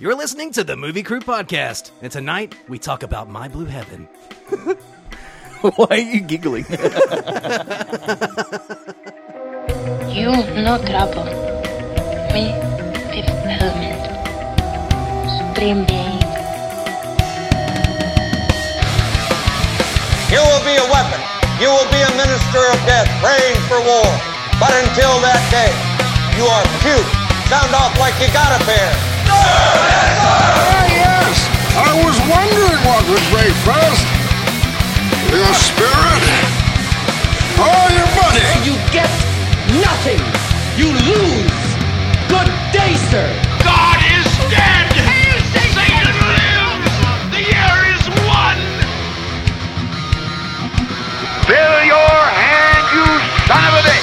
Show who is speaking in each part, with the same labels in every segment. Speaker 1: You're listening to the Movie Crew Podcast, and tonight we talk about My Blue Heaven.
Speaker 2: Why are you giggling?
Speaker 3: You no trouble. Me fifth element. Supreme being.
Speaker 4: You will be a weapon. You will be a minister of death, praying for war. But until that day, you are cute. Sound off like you got a pair.
Speaker 5: Ah, yes! I was wondering what would break first. Your spirit or your body?
Speaker 6: You get nothing. You lose. Good day, sir.
Speaker 7: God is dead! Satan lives! The year is one! Fill your hand, you son of a bitch!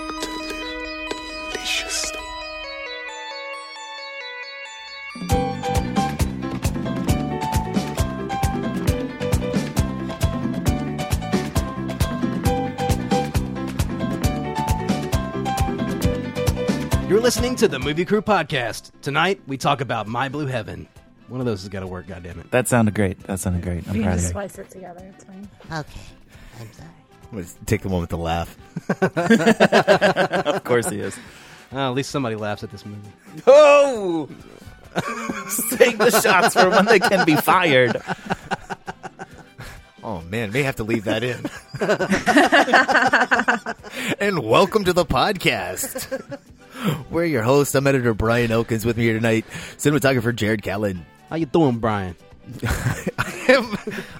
Speaker 1: You're listening to the Movie Crew Podcast. Tonight we talk about My Blue Heaven. One of those has got to work, goddammit.
Speaker 8: That sounded great. That sounded great. I'm proud of you.
Speaker 9: splice it together. It's fine.
Speaker 2: Let's take the moment to laugh.
Speaker 8: Of course he is.
Speaker 1: Uh, at least somebody laughs at this movie.
Speaker 8: Oh! Take the shots for when they can be fired.
Speaker 2: Oh man, may have to leave that in. and welcome to the podcast. We're your hosts. I'm editor Brian Elkins with me here tonight. Cinematographer Jared Callan.
Speaker 1: How you doing, Brian?
Speaker 2: I'm,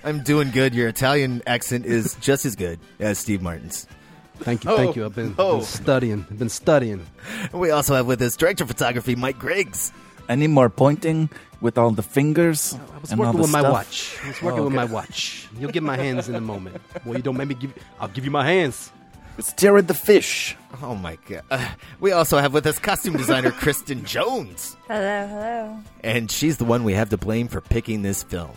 Speaker 2: I'm doing good. Your Italian accent is just as good as Steve Martin's. Oh.
Speaker 1: Thank you, thank you. I've been,
Speaker 2: no.
Speaker 1: been studying. I've been studying.
Speaker 2: And we also have with us director of photography Mike Griggs.
Speaker 8: I need more pointing with all the fingers.
Speaker 1: Oh, I was
Speaker 8: and all
Speaker 1: working
Speaker 8: the
Speaker 1: with my
Speaker 8: stuff. Oh,
Speaker 1: watch. I was working with my watch. You'll get my hands in a moment. Well, you don't make me give. I'll give you my hands.
Speaker 8: It's Jared the Fish.
Speaker 2: Oh my god. Uh, we also have with us costume designer Kristen Jones.
Speaker 9: Hello, hello.
Speaker 2: And she's the one we have to blame for picking this film.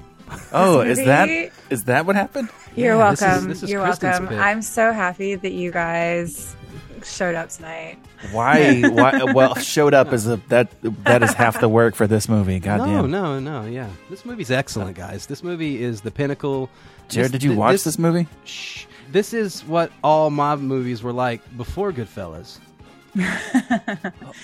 Speaker 8: Oh, is that
Speaker 9: Maybe.
Speaker 8: is that what happened?
Speaker 9: You're
Speaker 1: Yeah, this is-
Speaker 9: welcome.
Speaker 1: this is
Speaker 9: You're
Speaker 1: Kristen's
Speaker 9: welcome.
Speaker 1: bit.
Speaker 9: I'm so happy that you guys showed up tonight.
Speaker 8: Why? Why? Well, showed up as a that that is half the work for this movie. Goddamn.
Speaker 1: No, no, no. Yeah, this movie's excellent, guys. This movie is the pinnacle.
Speaker 8: Jared, did you watch this, movie?
Speaker 1: Shh. This is what all mob movies were like before Goodfellas.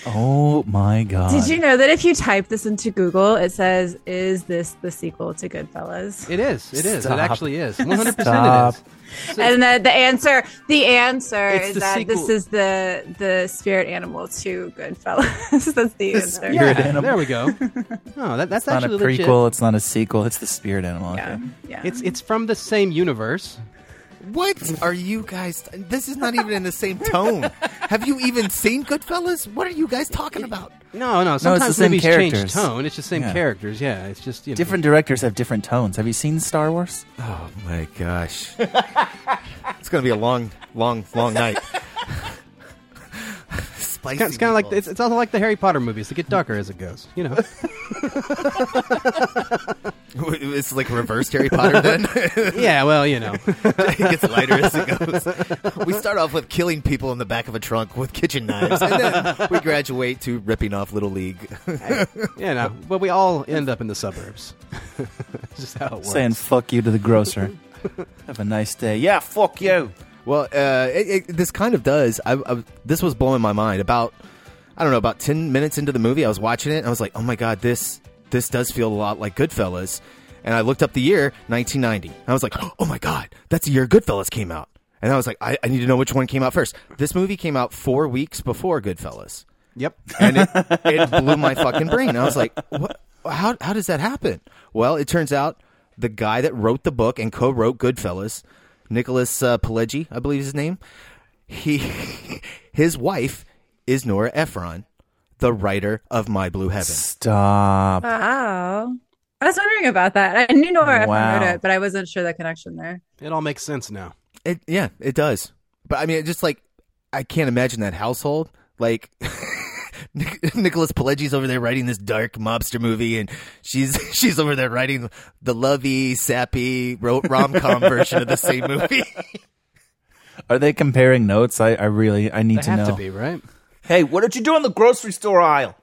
Speaker 8: Oh my god!
Speaker 9: Did you know that if you type this into Google, it says, "Is this the sequel to Goodfellas?"
Speaker 1: It is. It is.
Speaker 8: Stop.
Speaker 1: It actually is. One hundred percent.
Speaker 8: Stop.
Speaker 1: It is.
Speaker 9: And the, the answer, the answer
Speaker 1: It's
Speaker 9: is
Speaker 1: the
Speaker 9: that
Speaker 1: sequel.
Speaker 9: this is the the spirit animal to Goodfellas. That's the answer.
Speaker 8: You're an
Speaker 1: Yeah,
Speaker 8: animal.
Speaker 1: There we go. No, that, that's
Speaker 8: It's not a
Speaker 1: actually legit.
Speaker 8: prequel. It's not a sequel. It's the spirit animal.
Speaker 9: Yeah.
Speaker 8: Okay.
Speaker 9: yeah.
Speaker 1: It's it's from the same universe.
Speaker 2: What are you guys? This is not even in the same tone. Have you even seen Goodfellas? What are you guys talking about?
Speaker 1: No, no.
Speaker 8: the
Speaker 1: Sometimes
Speaker 8: same
Speaker 1: movies change
Speaker 8: characters.
Speaker 1: tone. It's the same
Speaker 8: Yeah.
Speaker 1: characters. Yeah, it's just you know.
Speaker 8: Different directors have different tones. Have you seen Star Wars?
Speaker 2: Oh my gosh. it's going to be a long, long, long night. Spicy.
Speaker 1: It's kind of like
Speaker 2: meatballs.
Speaker 1: it's, it's also like the Harry Potter movies. They get darker as it goes. You know.
Speaker 2: It's like reverse Harry Potter then.
Speaker 1: yeah. Well, you know.
Speaker 2: it gets lighter as it goes. We start off with killing people in the back of a trunk with kitchen knives, and then we graduate to ripping off Little League.
Speaker 1: You know. But we all end up in the suburbs. That's just how it works.
Speaker 8: Saying "fuck you" to the grocer. have a nice day. Yeah, fuck you.
Speaker 2: Well, uh, it, it, this kind of does. I, I, this was blowing my mind. About I don't know, about ten minutes into the movie, I was watching it. and I was like, oh my god, this this does feel a lot like Goodfellas. And I looked up the year 1990. And I was like, oh my god, that's the year Goodfellas came out. And I was like, I, I need to know which one came out first. This movie came out four weeks before Goodfellas,
Speaker 1: Yep.
Speaker 2: and it, it blew my fucking brain. I was like, what? How how does that happen? Well, it turns out the guy that wrote the book and co-wrote Goodfellas, Nicholas uh, Pileggi, I believe is his name he his wife is Nora Ephron, the writer of My Blue Heaven.
Speaker 8: Stop.
Speaker 9: Wow. I was wondering about that. I knew Nora
Speaker 2: Wow.
Speaker 9: from Noda, but I wasn't sure the connection there.
Speaker 1: It all makes sense now.
Speaker 2: It yeah, it does. But I mean, it just like I can't imagine that household. Like Nic- Nicholas Pileggi's over there writing this dark mobster movie, and she's she's over there writing the lovey, sappy rom com version of the same movie.
Speaker 8: Are they comparing notes? I, I really I need
Speaker 2: They
Speaker 8: to
Speaker 2: have
Speaker 8: know.
Speaker 2: to
Speaker 1: be, right?
Speaker 8: Hey, what did you do on the grocery store aisle?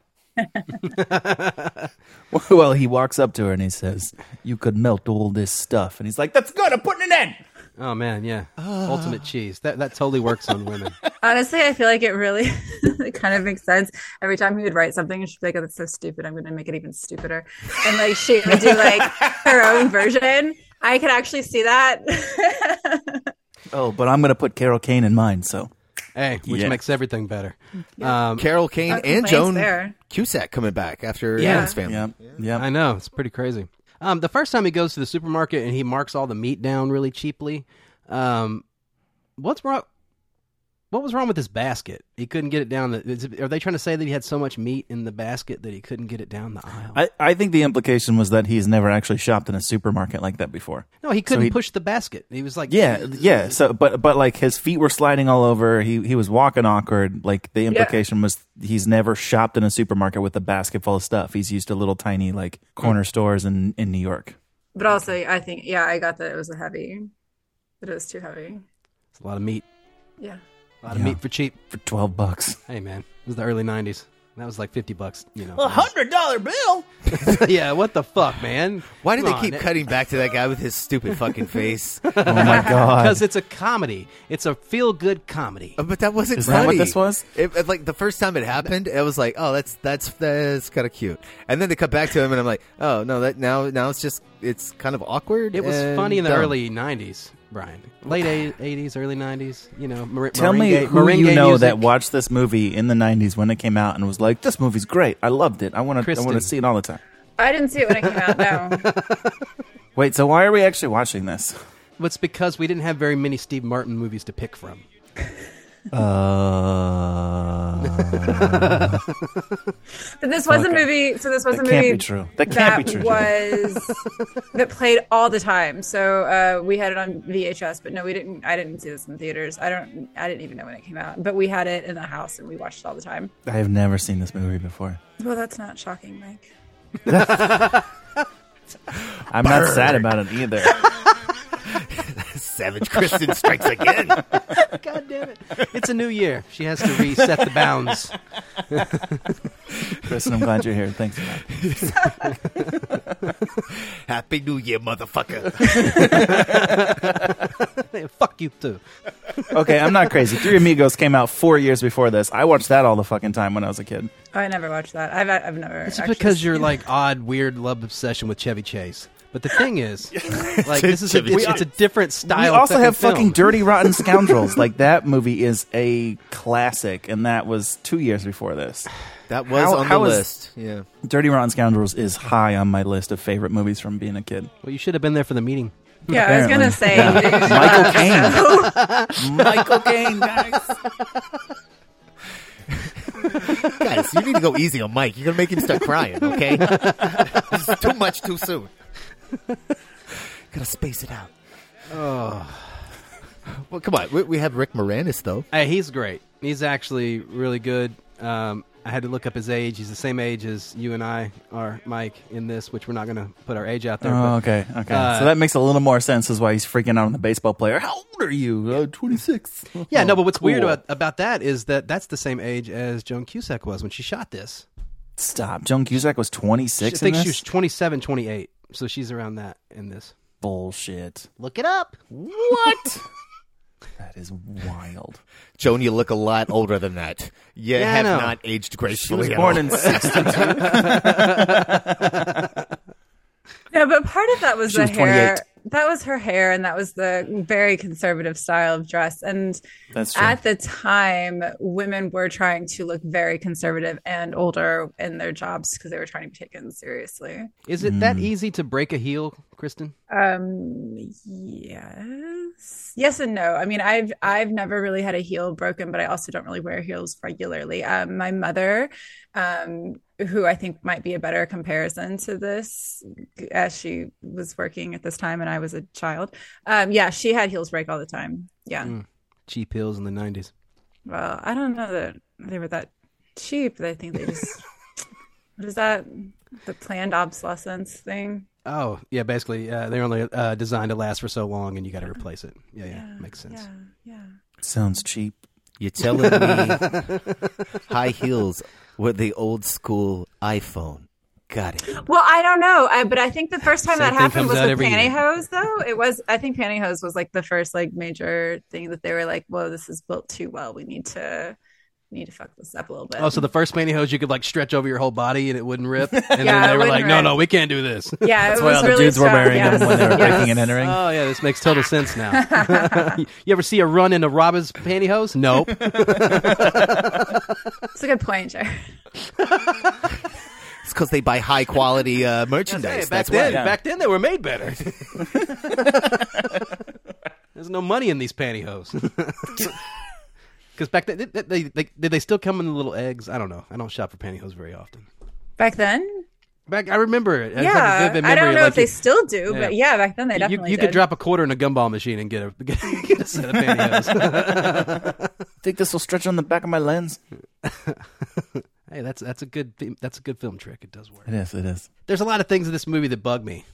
Speaker 8: well, he walks up to her and he says, "You could melt all this stuff," and he's like, "That's good. I'm putting an end."
Speaker 1: Oh man, yeah.
Speaker 9: Ah.
Speaker 8: Uh.
Speaker 1: Ultimate cheese. That that totally works on women.
Speaker 9: Honestly, I feel like it really it kind of makes sense. Every time he would write something, she'd be like, oh, that's so stupid. I'm going to make it even stupider. And like she would do like her own version. I could actually see that.
Speaker 8: Oh, but I'm gonna put Carol Kane in mine. So
Speaker 1: Hey, which
Speaker 8: Yeah.
Speaker 1: makes everything better. Um,
Speaker 2: Carol Kane
Speaker 9: Nothing and plays Joan there.
Speaker 2: Cusack coming back after Adam's family.
Speaker 8: Yeah. yeah,
Speaker 1: I know it's pretty crazy. Um, the first time he goes to the supermarket and he marks all the meat down really cheaply. Um, what's wrong? What was wrong with his basket? He couldn't get it down. The, is it- are they trying to say that he had so much meat in the basket that he couldn't get it down the aisle?
Speaker 8: I, I think the implication was that he's never actually shopped in a supermarket like that before.
Speaker 1: No, he
Speaker 8: So
Speaker 1: couldn't push the basket. He was like,
Speaker 8: Yeah, yeah. So, but but like his feet were sliding all over. He he was walking awkward. Like the implication was he's never shopped in a supermarket with a basket full of stuff. He's used to little tiny like corner stores in in New York.
Speaker 9: But also, I think, yeah, I got that it was a heavy, that it was too heavy.
Speaker 1: It's a lot of meat.
Speaker 9: Yeah.
Speaker 1: A lot of meat for cheap.
Speaker 8: For twelve bucks.
Speaker 1: Hey man, it was the early '90s. That was like fifty bucks. You know.
Speaker 8: hundred dollar bill.
Speaker 1: yeah. What the fuck, man?
Speaker 2: Why do
Speaker 1: Come
Speaker 2: they keep
Speaker 1: on.
Speaker 2: cutting back to that guy with his stupid fucking face? oh
Speaker 8: my god!
Speaker 1: Because it's a comedy. It's a feel-good comedy.
Speaker 2: Uh, But that wasn't
Speaker 1: Is
Speaker 2: funny.
Speaker 1: that what this was?
Speaker 2: It, it- like the first time it happened, it was like, oh, that's that's that's kind of cute. And then they cut back to him, and I'm like, oh no, that now now it's just it's kind of awkward.
Speaker 1: It was
Speaker 2: and
Speaker 1: funny in the
Speaker 2: dumb.
Speaker 1: early '90s, Brian. Late eight- '80s, early '90s. You know, mer-
Speaker 8: Tell me
Speaker 1: merengue-
Speaker 8: who you
Speaker 1: merengue
Speaker 8: know
Speaker 1: music.
Speaker 8: that watched this movie in the '90s when it came out and was like, "This movie's great. I loved it. I want to. I want
Speaker 1: Kristen.
Speaker 8: to see it all the time."
Speaker 9: I didn't see it when it came out, no.
Speaker 8: Wait, so why are we actually watching this?
Speaker 1: It's because we didn't have very many Steve Martin movies to pick from.
Speaker 8: Uh,
Speaker 9: But this was a
Speaker 8: Okay.
Speaker 9: movie. So this was
Speaker 8: That
Speaker 9: a
Speaker 8: can't
Speaker 9: movie.
Speaker 8: be true. That can't be true.
Speaker 9: Was that played all the time? So uh, we had it on VHS, but no, we didn't. I didn't see this in theaters. I don't. I didn't even know when it came out. But we had it in the house and we watched it all the time.
Speaker 8: I have never seen this movie before.
Speaker 9: Well, that's not shocking, Mike.
Speaker 8: I'm not sad about it either.
Speaker 2: Savage Kristen strikes again.
Speaker 1: God damn it! It's a new year. She has to reset the bounds.
Speaker 8: Kristen, I'm glad you're here. Thanks. For that.
Speaker 2: Happy New Year, motherfucker.
Speaker 1: Fuck you too.
Speaker 8: Okay, I'm not crazy. Three Amigos came out four years before this. I watched that all the fucking time when I was a kid.
Speaker 9: Oh, I never watched that. I've I've never.
Speaker 1: It's
Speaker 9: actually
Speaker 1: because
Speaker 9: seen
Speaker 1: you're
Speaker 9: it.
Speaker 1: like odd, weird love obsession with Chevy Chase. But the thing is, like
Speaker 8: Chevy
Speaker 1: this is a, it's,
Speaker 8: Chase.
Speaker 1: it's a different
Speaker 8: We
Speaker 1: style. of
Speaker 8: also have
Speaker 1: film.
Speaker 8: fucking Dirty Rotten Scoundrels. like that movie is a classic, and that was two years before this.
Speaker 2: That was on the
Speaker 8: is-
Speaker 2: list. Yeah.
Speaker 8: Dirty Rotten Scoundrels is high on my list of favorite movies from being a kid.
Speaker 1: Well, you should have been there for the meeting.
Speaker 9: Yeah, I was gonna say.
Speaker 8: Michael Caine. Michael
Speaker 9: Caine, guys.
Speaker 2: Guys, you need to go easy on Mike. You're gonna make him start crying. Okay, this is too much too soon. Gotta space it out.
Speaker 1: Oh.
Speaker 2: Well, come on. We, we have Rick Moranis though.
Speaker 1: Hey, he's great. He's actually really good. Um, I had to look up his age. He's the same age as you and I are, Mike, in this, which we're not going to put our age out there.
Speaker 8: Oh,
Speaker 1: but,
Speaker 8: okay, okay.
Speaker 1: uh,
Speaker 8: so that makes a little more sense as why he's freaking out on the baseball player. How old are you? Uh, 26.
Speaker 1: yeah, no, but what's weird
Speaker 8: Cool.
Speaker 1: about, about that is that that's the same age as Joan Cusack was when she shot this.
Speaker 8: Stop. Joan Cusack was
Speaker 1: I
Speaker 8: 26
Speaker 1: think
Speaker 8: in
Speaker 1: she
Speaker 8: this?
Speaker 1: was 27, 28. So she's around that in this.
Speaker 8: Bullshit.
Speaker 1: Look it up.
Speaker 8: What? that is wild.
Speaker 2: Joan, you look a lot older than that. You
Speaker 8: Yeah, I
Speaker 2: have
Speaker 8: know.
Speaker 2: not aged gracefully.
Speaker 8: was
Speaker 2: at
Speaker 8: born
Speaker 2: all.
Speaker 8: in 62.
Speaker 9: No, but part of that was
Speaker 2: She
Speaker 9: the
Speaker 2: was 28.
Speaker 9: hair. That was her hair, and that was the very conservative style of dress. And
Speaker 8: That's true.
Speaker 9: at the time, women were trying to look very conservative and older in their jobs because they were trying to be taken seriously.
Speaker 8: Hmm.
Speaker 1: Is it that easy to break a heel, Kristen?
Speaker 9: Um, yes. yes and no. I mean, I've I've never really had a heel broken, but I also don't really wear heels regularly. Um, my mother, um, who I think might be a better comparison to this, as she was working at this time and I was a child. Um, yeah, she had heels break all the time. Yeah.
Speaker 1: Mm. Cheap heels in the nineties.
Speaker 9: Well, I don't know that they were that cheap. I think they just what is that the planned obsolescence thing?
Speaker 1: Oh yeah, basically uh, they're only uh, designed to last for so long, and you got to replace it. Yeah, yeah, makes sense.
Speaker 9: Yeah.
Speaker 8: Sounds cheap.
Speaker 2: You're telling me high heels were the old school iPhone. Got it.
Speaker 9: Well, I don't know, I, but I think the first time
Speaker 2: Same
Speaker 9: that
Speaker 2: thing
Speaker 9: happened
Speaker 2: comes
Speaker 9: was
Speaker 2: out
Speaker 9: with
Speaker 2: every year.
Speaker 9: pantyhose. Though it was, I think pantyhose was like the first like major thing that they were like, "Whoa, this is built too well. We need to we need to fuck this up a little bit."
Speaker 1: Oh, so the first pantyhose you could like stretch over your whole body and it wouldn't rip, and
Speaker 9: Yeah,
Speaker 1: then
Speaker 9: it
Speaker 1: they were
Speaker 9: wouldn't
Speaker 1: like, "No,
Speaker 9: rip.
Speaker 1: no, we can't do this."
Speaker 9: Yeah, it That's why was all the really dudes were strong, wearing them yes. when they were breaking and entering.
Speaker 1: Oh yeah, this makes total sense now. you ever see a run in a robber's pantyhose? Nope.
Speaker 9: It's a good point, Jared.
Speaker 2: It's because they buy high quality uh, merchandise.
Speaker 1: Hey, back
Speaker 2: That's
Speaker 1: then,
Speaker 2: why.
Speaker 1: back then they were made better. There's no money in these pantyhose. Because back then, did they, they, did they still come in the little eggs? I don't know. I don't shop for pantyhose very often.
Speaker 9: Back then,
Speaker 1: Back, I remember it. I just have a
Speaker 9: yeah,
Speaker 1: vivid
Speaker 9: I don't
Speaker 1: memory,
Speaker 9: know
Speaker 1: like
Speaker 9: if they
Speaker 1: you-
Speaker 9: still do,
Speaker 1: Yeah.
Speaker 9: but yeah, back then they
Speaker 1: you,
Speaker 9: definitely
Speaker 1: you
Speaker 9: did.
Speaker 1: could drop a quarter in a gumball machine and get a get, a set of pantyhose.
Speaker 8: Think this will stretch on the back of my lens?
Speaker 1: hey, that's that's a good theme- that's a good film trick. It does work.
Speaker 8: It is. It is.
Speaker 1: There's a lot of things in this movie that bug me,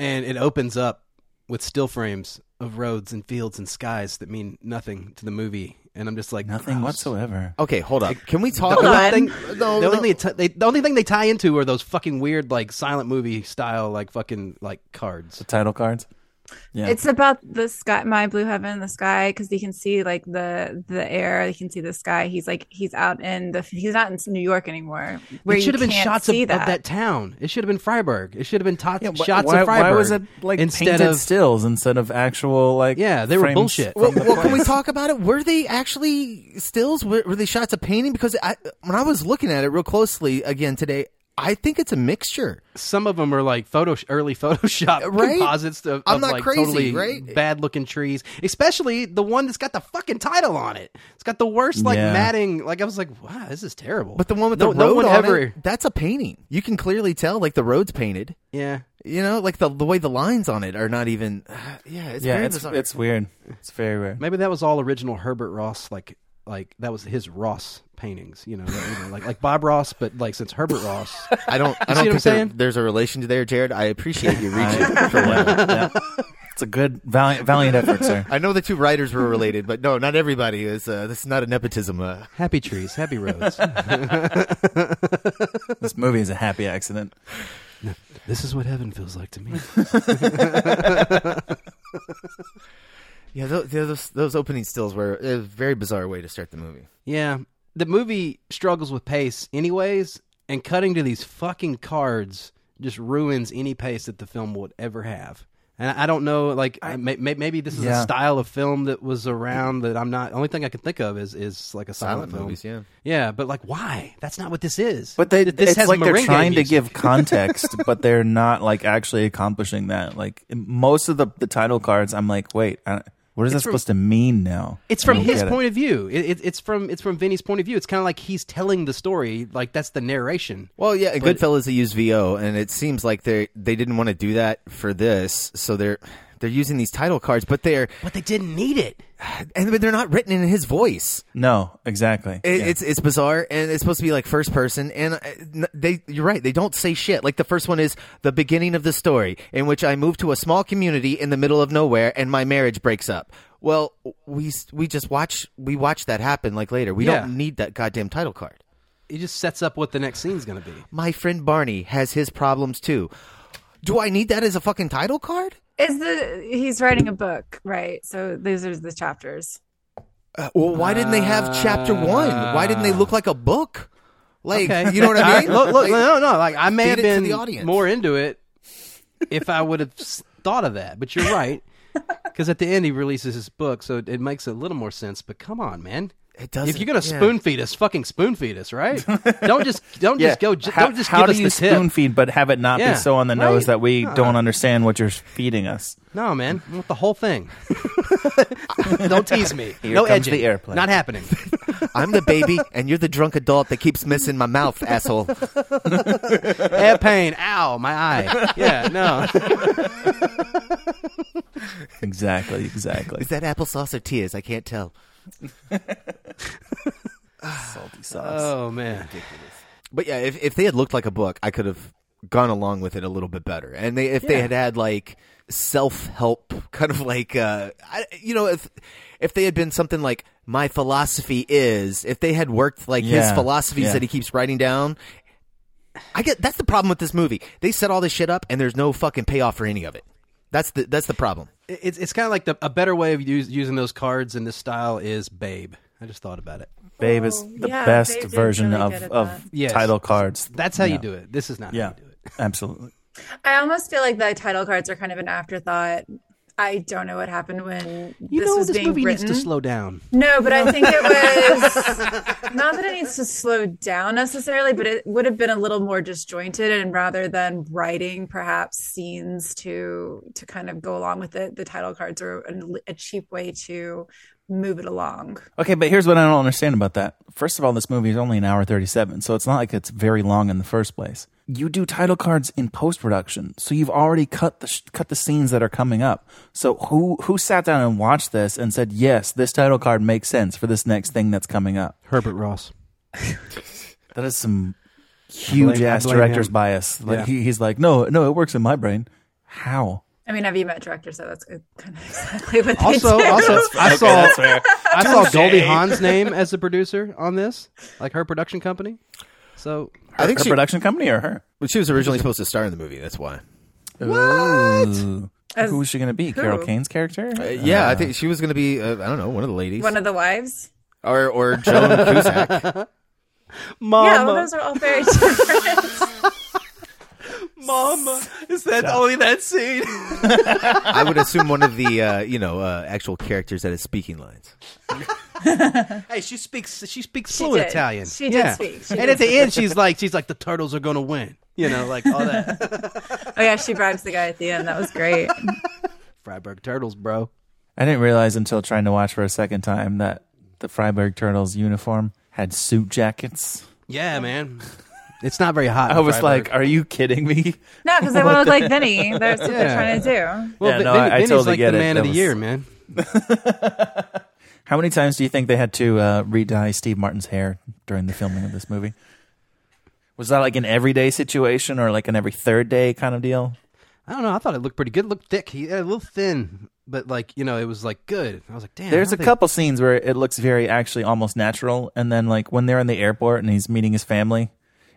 Speaker 1: and it opens up with still frames of roads and fields and skies that mean nothing to the movie, and I'm just like
Speaker 8: Nothing whatsoever.
Speaker 9: Oh,
Speaker 2: Okay, hold up. Can we
Speaker 1: The
Speaker 2: talk
Speaker 1: only,
Speaker 2: about
Speaker 1: thing,
Speaker 2: No,
Speaker 1: the, only
Speaker 2: no.
Speaker 1: thing they ti- they- the only thing they tie into are those fucking weird like silent movie style like fucking like cards.
Speaker 8: The title cards. Yeah.
Speaker 9: It's about the sky, my blue heaven, the sky, because he can see like the the air, he can see the sky. He's like he's out in the he's not in New York anymore. Where
Speaker 1: it should have been shots of
Speaker 9: see
Speaker 1: of
Speaker 9: that.
Speaker 1: that. town. It should have been Freiburg. It should have been tot-
Speaker 8: Wh-
Speaker 1: shots
Speaker 8: why,
Speaker 1: of Freiburg.
Speaker 8: why was it like
Speaker 1: instead
Speaker 8: painted
Speaker 1: of
Speaker 8: stills instead of actual like?
Speaker 1: yeah, they were
Speaker 8: frames
Speaker 1: bullshit.
Speaker 8: from the
Speaker 2: Well, can we
Speaker 8: place?
Speaker 2: talk about it? Were they actually stills? Were, were they shots of painting? Because I, when I was looking at it real closely again today, I think it's a mixture.
Speaker 1: Some of them are like photo early Photoshop
Speaker 2: Right?
Speaker 1: composites of,
Speaker 2: I'm
Speaker 1: of,
Speaker 2: not
Speaker 1: like
Speaker 2: crazy,
Speaker 1: totally
Speaker 2: right?
Speaker 1: bad looking trees. Especially the one that's got the fucking title on it. It's got the worst like
Speaker 8: Yeah.
Speaker 1: matting. Like I was like, wow, this is terrible.
Speaker 2: But the one with
Speaker 1: no,
Speaker 2: the
Speaker 1: no
Speaker 2: road
Speaker 1: one
Speaker 2: on
Speaker 1: ever.
Speaker 2: it, that's a painting. You can clearly tell, like the road's painted.
Speaker 1: Yeah,
Speaker 2: You know, like the the way the lines on it are not even. yeah, it's
Speaker 8: yeah,
Speaker 2: very
Speaker 8: it's
Speaker 2: bizarre.
Speaker 8: it's weird. It's very weird.
Speaker 1: Maybe that was all original Herbert Ross, like like that was his Ross paintings, you know, that, you know, like like Bob Ross, but like since Herbert Ross,
Speaker 2: I
Speaker 1: You
Speaker 2: don't. I
Speaker 1: see what
Speaker 2: don't
Speaker 1: I'm
Speaker 2: think there-
Speaker 1: saying?
Speaker 2: there's a relation there, Jared. I appreciate you reaching. for
Speaker 8: Yeah,
Speaker 2: that.
Speaker 8: yeah. It's a good valiant valiant effort, sir.
Speaker 2: I know the two writers were related, but no, not everybody is. Uh, this is not a nepotism. Uh,
Speaker 1: happy trees, happy roads.
Speaker 8: This movie is a happy accident.
Speaker 1: this is what heaven feels like to me.
Speaker 2: yeah, those, those those opening stills were a very bizarre way to start the movie.
Speaker 1: Yeah, the movie struggles with pace, anyways, and cutting to these fucking cards just ruins any pace that the film would ever have. And I I don't know, like may, may, maybe this is
Speaker 8: Yeah.
Speaker 1: a style of film that was around that I'm not. Only thing I can think of is is like a silent, film.
Speaker 2: yeah.
Speaker 1: Yeah, but like, why? That's not what this is.
Speaker 8: But they,
Speaker 1: Th- this
Speaker 8: it's
Speaker 1: has
Speaker 8: like they're
Speaker 1: merengue
Speaker 8: trying
Speaker 1: music.
Speaker 8: to give context, but they're not like actually accomplishing that. Like most of the, the title cards, I'm like, wait, I, what is that supposed to mean now?
Speaker 1: It's
Speaker 8: I
Speaker 1: from
Speaker 8: don't
Speaker 1: his
Speaker 8: get it.
Speaker 1: point of view. It, it, it's from it's from Vinny's point of view. It's kind of like he's telling the story. Like that's the narration.
Speaker 2: Well, yeah,
Speaker 1: But-
Speaker 2: Goodfellas they use VO, and it seems like they they didn't want to do that for this, so they're they're using these title cards, but they're
Speaker 1: But they didn't need it.
Speaker 2: and but they're not written in his voice.
Speaker 8: No, exactly.
Speaker 2: It,
Speaker 8: Yeah.
Speaker 2: It's it's bizarre, and it's supposed to be like first person, and uh, n- they you're right, they don't say shit. Like the first one is the beginning of the story, in which I move to a small community in the middle of nowhere, and my marriage breaks up. Well, we s- we just watch we watch that happen like later. We
Speaker 1: Yeah.
Speaker 2: don't need that goddamn title card.
Speaker 1: It just sets up what the next scene's going to be.
Speaker 2: My friend Barney has his problems too. Do I need that as a fucking title card?
Speaker 9: Is the he's writing a book, right? So those are the chapters.
Speaker 2: Uh, well, why didn't they have chapter one? Why didn't they look like a book? Like,
Speaker 1: Okay.
Speaker 2: you know what
Speaker 1: All
Speaker 2: I
Speaker 1: right,
Speaker 2: mean?
Speaker 1: look, look,
Speaker 2: Like,
Speaker 1: no, no. Like I may
Speaker 2: feed
Speaker 1: have
Speaker 2: it to
Speaker 1: been
Speaker 2: the audience.
Speaker 1: more into it if I would have s- thought of that. But you're right. Because at the end he releases his book, so it, it makes a little more sense. But come on, man,
Speaker 2: It
Speaker 1: If you're gonna
Speaker 2: yeah.
Speaker 1: spoon feed us, fucking spoon feed us, right? don't just don't
Speaker 8: Yeah.
Speaker 1: just go. J-
Speaker 8: how,
Speaker 1: don't just give
Speaker 8: how do
Speaker 1: us
Speaker 8: you
Speaker 1: the tip.
Speaker 8: spoon feed, but have it not
Speaker 1: Yeah,
Speaker 8: be so on the nose
Speaker 1: right?
Speaker 8: that we
Speaker 1: Uh-uh.
Speaker 8: don't understand what you're feeding us?
Speaker 1: No, man, I want the whole thing. don't tease me.
Speaker 8: Here
Speaker 1: no
Speaker 8: comes
Speaker 1: edging.
Speaker 8: the airplane.
Speaker 1: Not happening.
Speaker 2: I'm the baby, and you're the drunk adult that keeps missing my mouth, asshole.
Speaker 1: Air pain. Ow, my eye. Yeah, no.
Speaker 8: Exactly, exactly.
Speaker 2: Is that applesauce or tears? I can't tell.
Speaker 8: Salty sauce.
Speaker 1: Oh man.
Speaker 2: But yeah, if, if they had looked like a book, I could have gone along with it a little bit better. And they if they had had like self help, kind of like uh, I, you know, if if they had been something like my philosophy is, if they had worked like his
Speaker 8: Yeah.
Speaker 2: philosophies
Speaker 8: Yeah.
Speaker 2: that he keeps writing down. I get that's the problem with this movie. They set all this shit up, and there's no fucking payoff for any of it. That's the that's the problem.
Speaker 1: It's it's kind of like the a better way of use, using those cards in this style is Babe. I just thought about it.
Speaker 8: Babe is the
Speaker 9: Oh, yeah,
Speaker 8: best
Speaker 9: Babe did
Speaker 8: version
Speaker 9: really
Speaker 8: of,
Speaker 9: good at
Speaker 8: of
Speaker 1: Yes.
Speaker 8: title cards.
Speaker 1: That's how
Speaker 8: Yeah.
Speaker 1: you do it. This is not how
Speaker 8: Yeah,
Speaker 1: you do it.
Speaker 8: absolutely.
Speaker 9: I almost feel like the title cards are kind of an afterthought. I don't know what happened when
Speaker 1: You
Speaker 9: this
Speaker 1: know
Speaker 9: was
Speaker 1: this
Speaker 9: being
Speaker 1: movie
Speaker 9: written.
Speaker 1: needs to slow down.
Speaker 9: no, but I think it was not that it needs to slow down necessarily, but it would have been a little more disjointed. And rather than writing perhaps scenes to to kind of go along with it, the title cards are a, a cheap way to move it along.
Speaker 8: Okay, but here's what I don't understand about that. First of all, this movie is only an hour 37, so it's not like it's very long in the first place. You do title cards in post production, so you've already cut the sh- cut the scenes that are coming up. So who who sat down and watched this and said, "Yes, this title card makes sense for this next thing that's coming up."
Speaker 1: Herbert Ross.
Speaker 8: That is some huge
Speaker 1: blame- I
Speaker 8: ass
Speaker 1: blame
Speaker 8: director's
Speaker 1: him.
Speaker 8: bias. Like
Speaker 1: Yeah.
Speaker 8: he, he's like, "No, no, it works in my brain." How?
Speaker 9: I mean, have you met directors? So that's kind of exactly what they
Speaker 1: Also,
Speaker 9: do.
Speaker 1: also, I saw I saw Goldie Hawn's name as the producer on this, like her production company. So
Speaker 2: I think
Speaker 8: Her
Speaker 2: she,
Speaker 8: production company or her?
Speaker 2: well, she was originally supposed to star in the movie. That's why.
Speaker 1: Mm.
Speaker 8: What?
Speaker 9: As
Speaker 8: Who is she going to be? Carol
Speaker 9: who?
Speaker 8: Kane's character?
Speaker 2: Uh, yeah, I think she was going to be. Uh, I don't know, one of the ladies,
Speaker 9: one of the wives.
Speaker 2: or or Joan Cusack.
Speaker 9: Yeah,
Speaker 1: Um,
Speaker 9: well, those are all very different.
Speaker 1: Mama, is that only that scene?
Speaker 2: I would assume one of the uh, you know uh, actual characters that is speaking lines.
Speaker 1: hey, she speaks. She speaks
Speaker 9: She
Speaker 1: fluent
Speaker 9: did.
Speaker 1: Italian.
Speaker 9: She did
Speaker 1: yeah.
Speaker 9: speak. She
Speaker 1: and
Speaker 9: did
Speaker 1: at the end, she's like, she's like, the turtles are gonna win. You know, like all that.
Speaker 9: Oh yeah, she bribes the guy at the end. That was great.
Speaker 1: Freiburg turtles, bro.
Speaker 8: I didn't realize until trying to watch for a second time that the Freiburg Turtles uniform had suit jackets.
Speaker 1: Yeah, man. Um, It's not very hot. in
Speaker 8: I was
Speaker 1: Freiburg.
Speaker 8: like, "Are you kidding me?"
Speaker 9: No, because they want to look like Vinny. That's what
Speaker 1: Yeah.
Speaker 9: they're trying to do.
Speaker 1: well,
Speaker 8: Yeah,
Speaker 1: Vin-
Speaker 8: no, I- I
Speaker 1: Vinny's
Speaker 8: totally
Speaker 1: like
Speaker 8: get
Speaker 1: the
Speaker 8: it.
Speaker 1: man
Speaker 8: That
Speaker 1: of the
Speaker 8: was-
Speaker 1: year, man.
Speaker 8: How many times do you think they had to uh, re-dye Steve Martin's hair during the filming of this movie? Was that like an everyday situation or like an every third day kind of deal?
Speaker 1: I don't know. I thought it looked pretty good. It looked thick. He, a little thin, but like you know, it was like good. I was like, damn.
Speaker 8: There's
Speaker 1: how
Speaker 8: a
Speaker 1: they-
Speaker 8: couple scenes where it looks very actually almost natural, and then like when they're in the airport and he's meeting his family,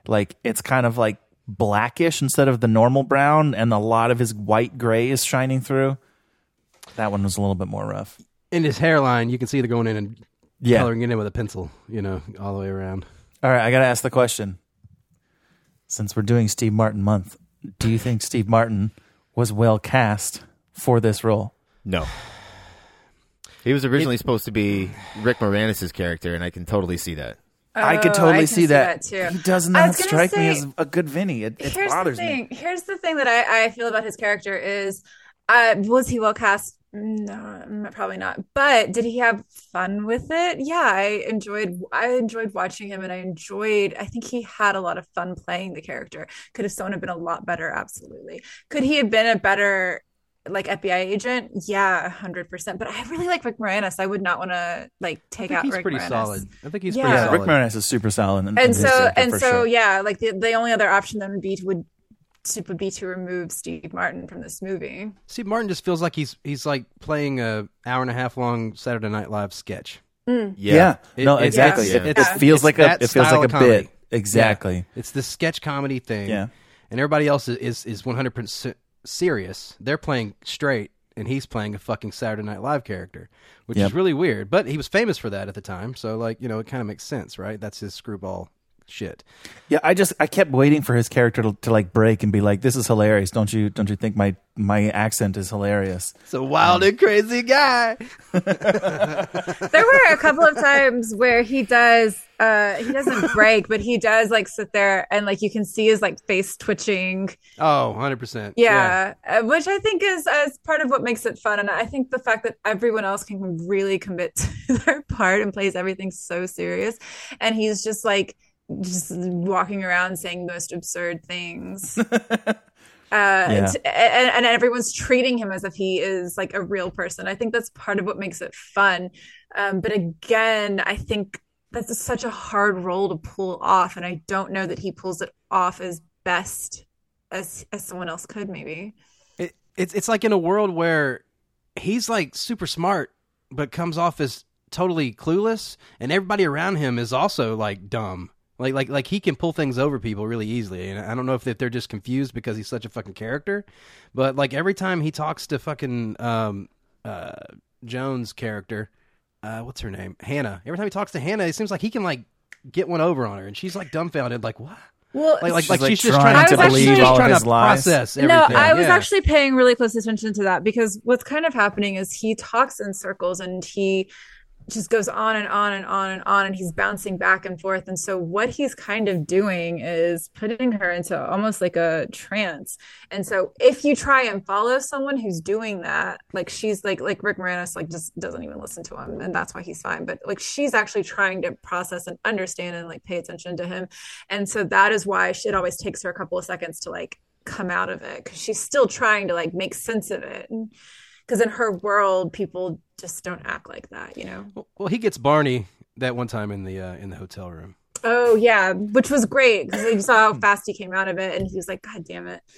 Speaker 8: like it's kind of like blackish instead of the normal brown, and a lot of his white gray is shining through. That one was a little bit more rough.
Speaker 1: in his hairline. You can see they're going in and
Speaker 8: Yeah.
Speaker 1: coloring it in with a pencil. You know, all the way around.
Speaker 8: All right, I gotta ask the question. Since we're doing Steve Martin month, do you think Steve Martin was well cast for this role?
Speaker 2: No, he was originally supposed to be Rick Moranis' character, and I can totally see that.
Speaker 8: I could
Speaker 9: Oh,
Speaker 8: totally
Speaker 9: I can
Speaker 8: see,
Speaker 9: see
Speaker 8: that.
Speaker 9: that too.
Speaker 8: He does
Speaker 9: I
Speaker 8: not
Speaker 9: was gonna
Speaker 8: strike me
Speaker 9: say-
Speaker 8: as a good Vinny. It, it
Speaker 9: Here's the
Speaker 8: bothers me.
Speaker 9: thing. Here's the thing that I, I feel about his character is, uh, was he well cast? No, mm, probably not. But did he have fun with it? Yeah, I enjoyed. I enjoyed watching him, and I enjoyed. I think he had a lot of fun playing the character. Could have someone have been a lot better? Absolutely. Could he have been a better? Like FBI agent, yeah, hundred percent. But I really like Rick Moranis. I would not want to like
Speaker 1: I
Speaker 9: take
Speaker 1: think
Speaker 9: out
Speaker 1: he's
Speaker 9: Rick
Speaker 1: pretty
Speaker 9: Moranis.
Speaker 1: solid. I think he's
Speaker 9: Yeah.
Speaker 1: pretty
Speaker 8: Yeah,
Speaker 1: solid.
Speaker 8: Rick Moranis is super solid. in- in
Speaker 9: and
Speaker 8: his
Speaker 9: so
Speaker 8: character
Speaker 9: and
Speaker 8: for
Speaker 9: so
Speaker 8: sure.
Speaker 9: yeah like the, the only other option then would be to would to, would be to remove steve martin from this movie
Speaker 1: Steve Martin just feels like he's he's like playing a hour and a half long Saturday Night Live sketch.
Speaker 8: Yeah.
Speaker 1: It-
Speaker 8: no,
Speaker 1: it's-
Speaker 8: exactly.
Speaker 1: it's-
Speaker 8: It- it,
Speaker 1: it's-
Speaker 8: feels
Speaker 1: it's
Speaker 8: like a
Speaker 1: that
Speaker 8: it feels
Speaker 1: style
Speaker 8: like a
Speaker 1: of comedy.
Speaker 8: bit. Exactly.
Speaker 1: It's this sketch comedy thing.
Speaker 8: Yeah.
Speaker 1: And everybody else is- is is one hundred percent serious. They're playing straight, and he's playing a fucking Saturday Night Live character, which
Speaker 8: Yep.
Speaker 1: is really weird. But he was famous for that at the time, so like you know, it kind of makes sense, right? That's his screwball shit.
Speaker 8: Yeah, I just I kept waiting for his character to, to like break and be like, "This is hilarious, don't you? Don't you think my my accent is hilarious?"
Speaker 1: It's a wild and crazy guy.
Speaker 9: there were a couple of times where he does uh he doesn't break but he does like sit there and like you can see his like face twitching
Speaker 1: Oh, 100%.
Speaker 9: yeah, Uh, which i think is as part of what makes it fun and i think the fact that everyone else can really commit to their part and plays everything so serious and he's just like just walking around saying the most absurd things uh
Speaker 8: Yeah.
Speaker 9: t- and, and everyone's treating him as if he is like a real person i think that's part of what makes it fun um but again i think that's such a hard role to pull off and i don't know that he pulls it off as best as as someone else could maybe
Speaker 1: It, it's it's like in a world where he's like super smart but comes off as totally clueless and everybody around him is also like dumb. Like like like he can pull things over people really easily and I don't know if, if they're just confused because he's such a fucking character, but like every time he talks to fucking um uh Jones character, uh what's her name? Hannah. Every time he talks to Hannah, it seems like he can like get one over on her and she's like dumbfounded like what?
Speaker 9: well
Speaker 1: Like like
Speaker 8: She's,
Speaker 1: like,
Speaker 8: like,
Speaker 1: she's just
Speaker 8: trying
Speaker 1: trying
Speaker 9: to
Speaker 1: to
Speaker 9: believe
Speaker 1: she's just
Speaker 9: all of
Speaker 1: trying
Speaker 8: his
Speaker 1: to
Speaker 8: lies.
Speaker 1: process
Speaker 9: no
Speaker 1: everything.
Speaker 9: i was
Speaker 1: Yeah.
Speaker 9: actually paying really close attention to that because what's kind of happening is he talks in circles and he just goes on and on and on and on and he's bouncing back and forth and so what he's kind of doing is putting her into almost like a trance and so if you try and follow someone who's doing that like she's like like rick moranis like just doesn't even listen to him and that's why he's fine but like she's actually trying to process and understand and like pay attention to him and so that is why she- it always takes her a couple of seconds to like come out of it because she's still trying to like make sense of it because in her world people just don't act like that you know
Speaker 1: Well, well, he gets Barney that one time in the uh, in the hotel room.
Speaker 9: Oh yeah, which was great because you saw how fast he came out of it, and he was like, "God damn it!"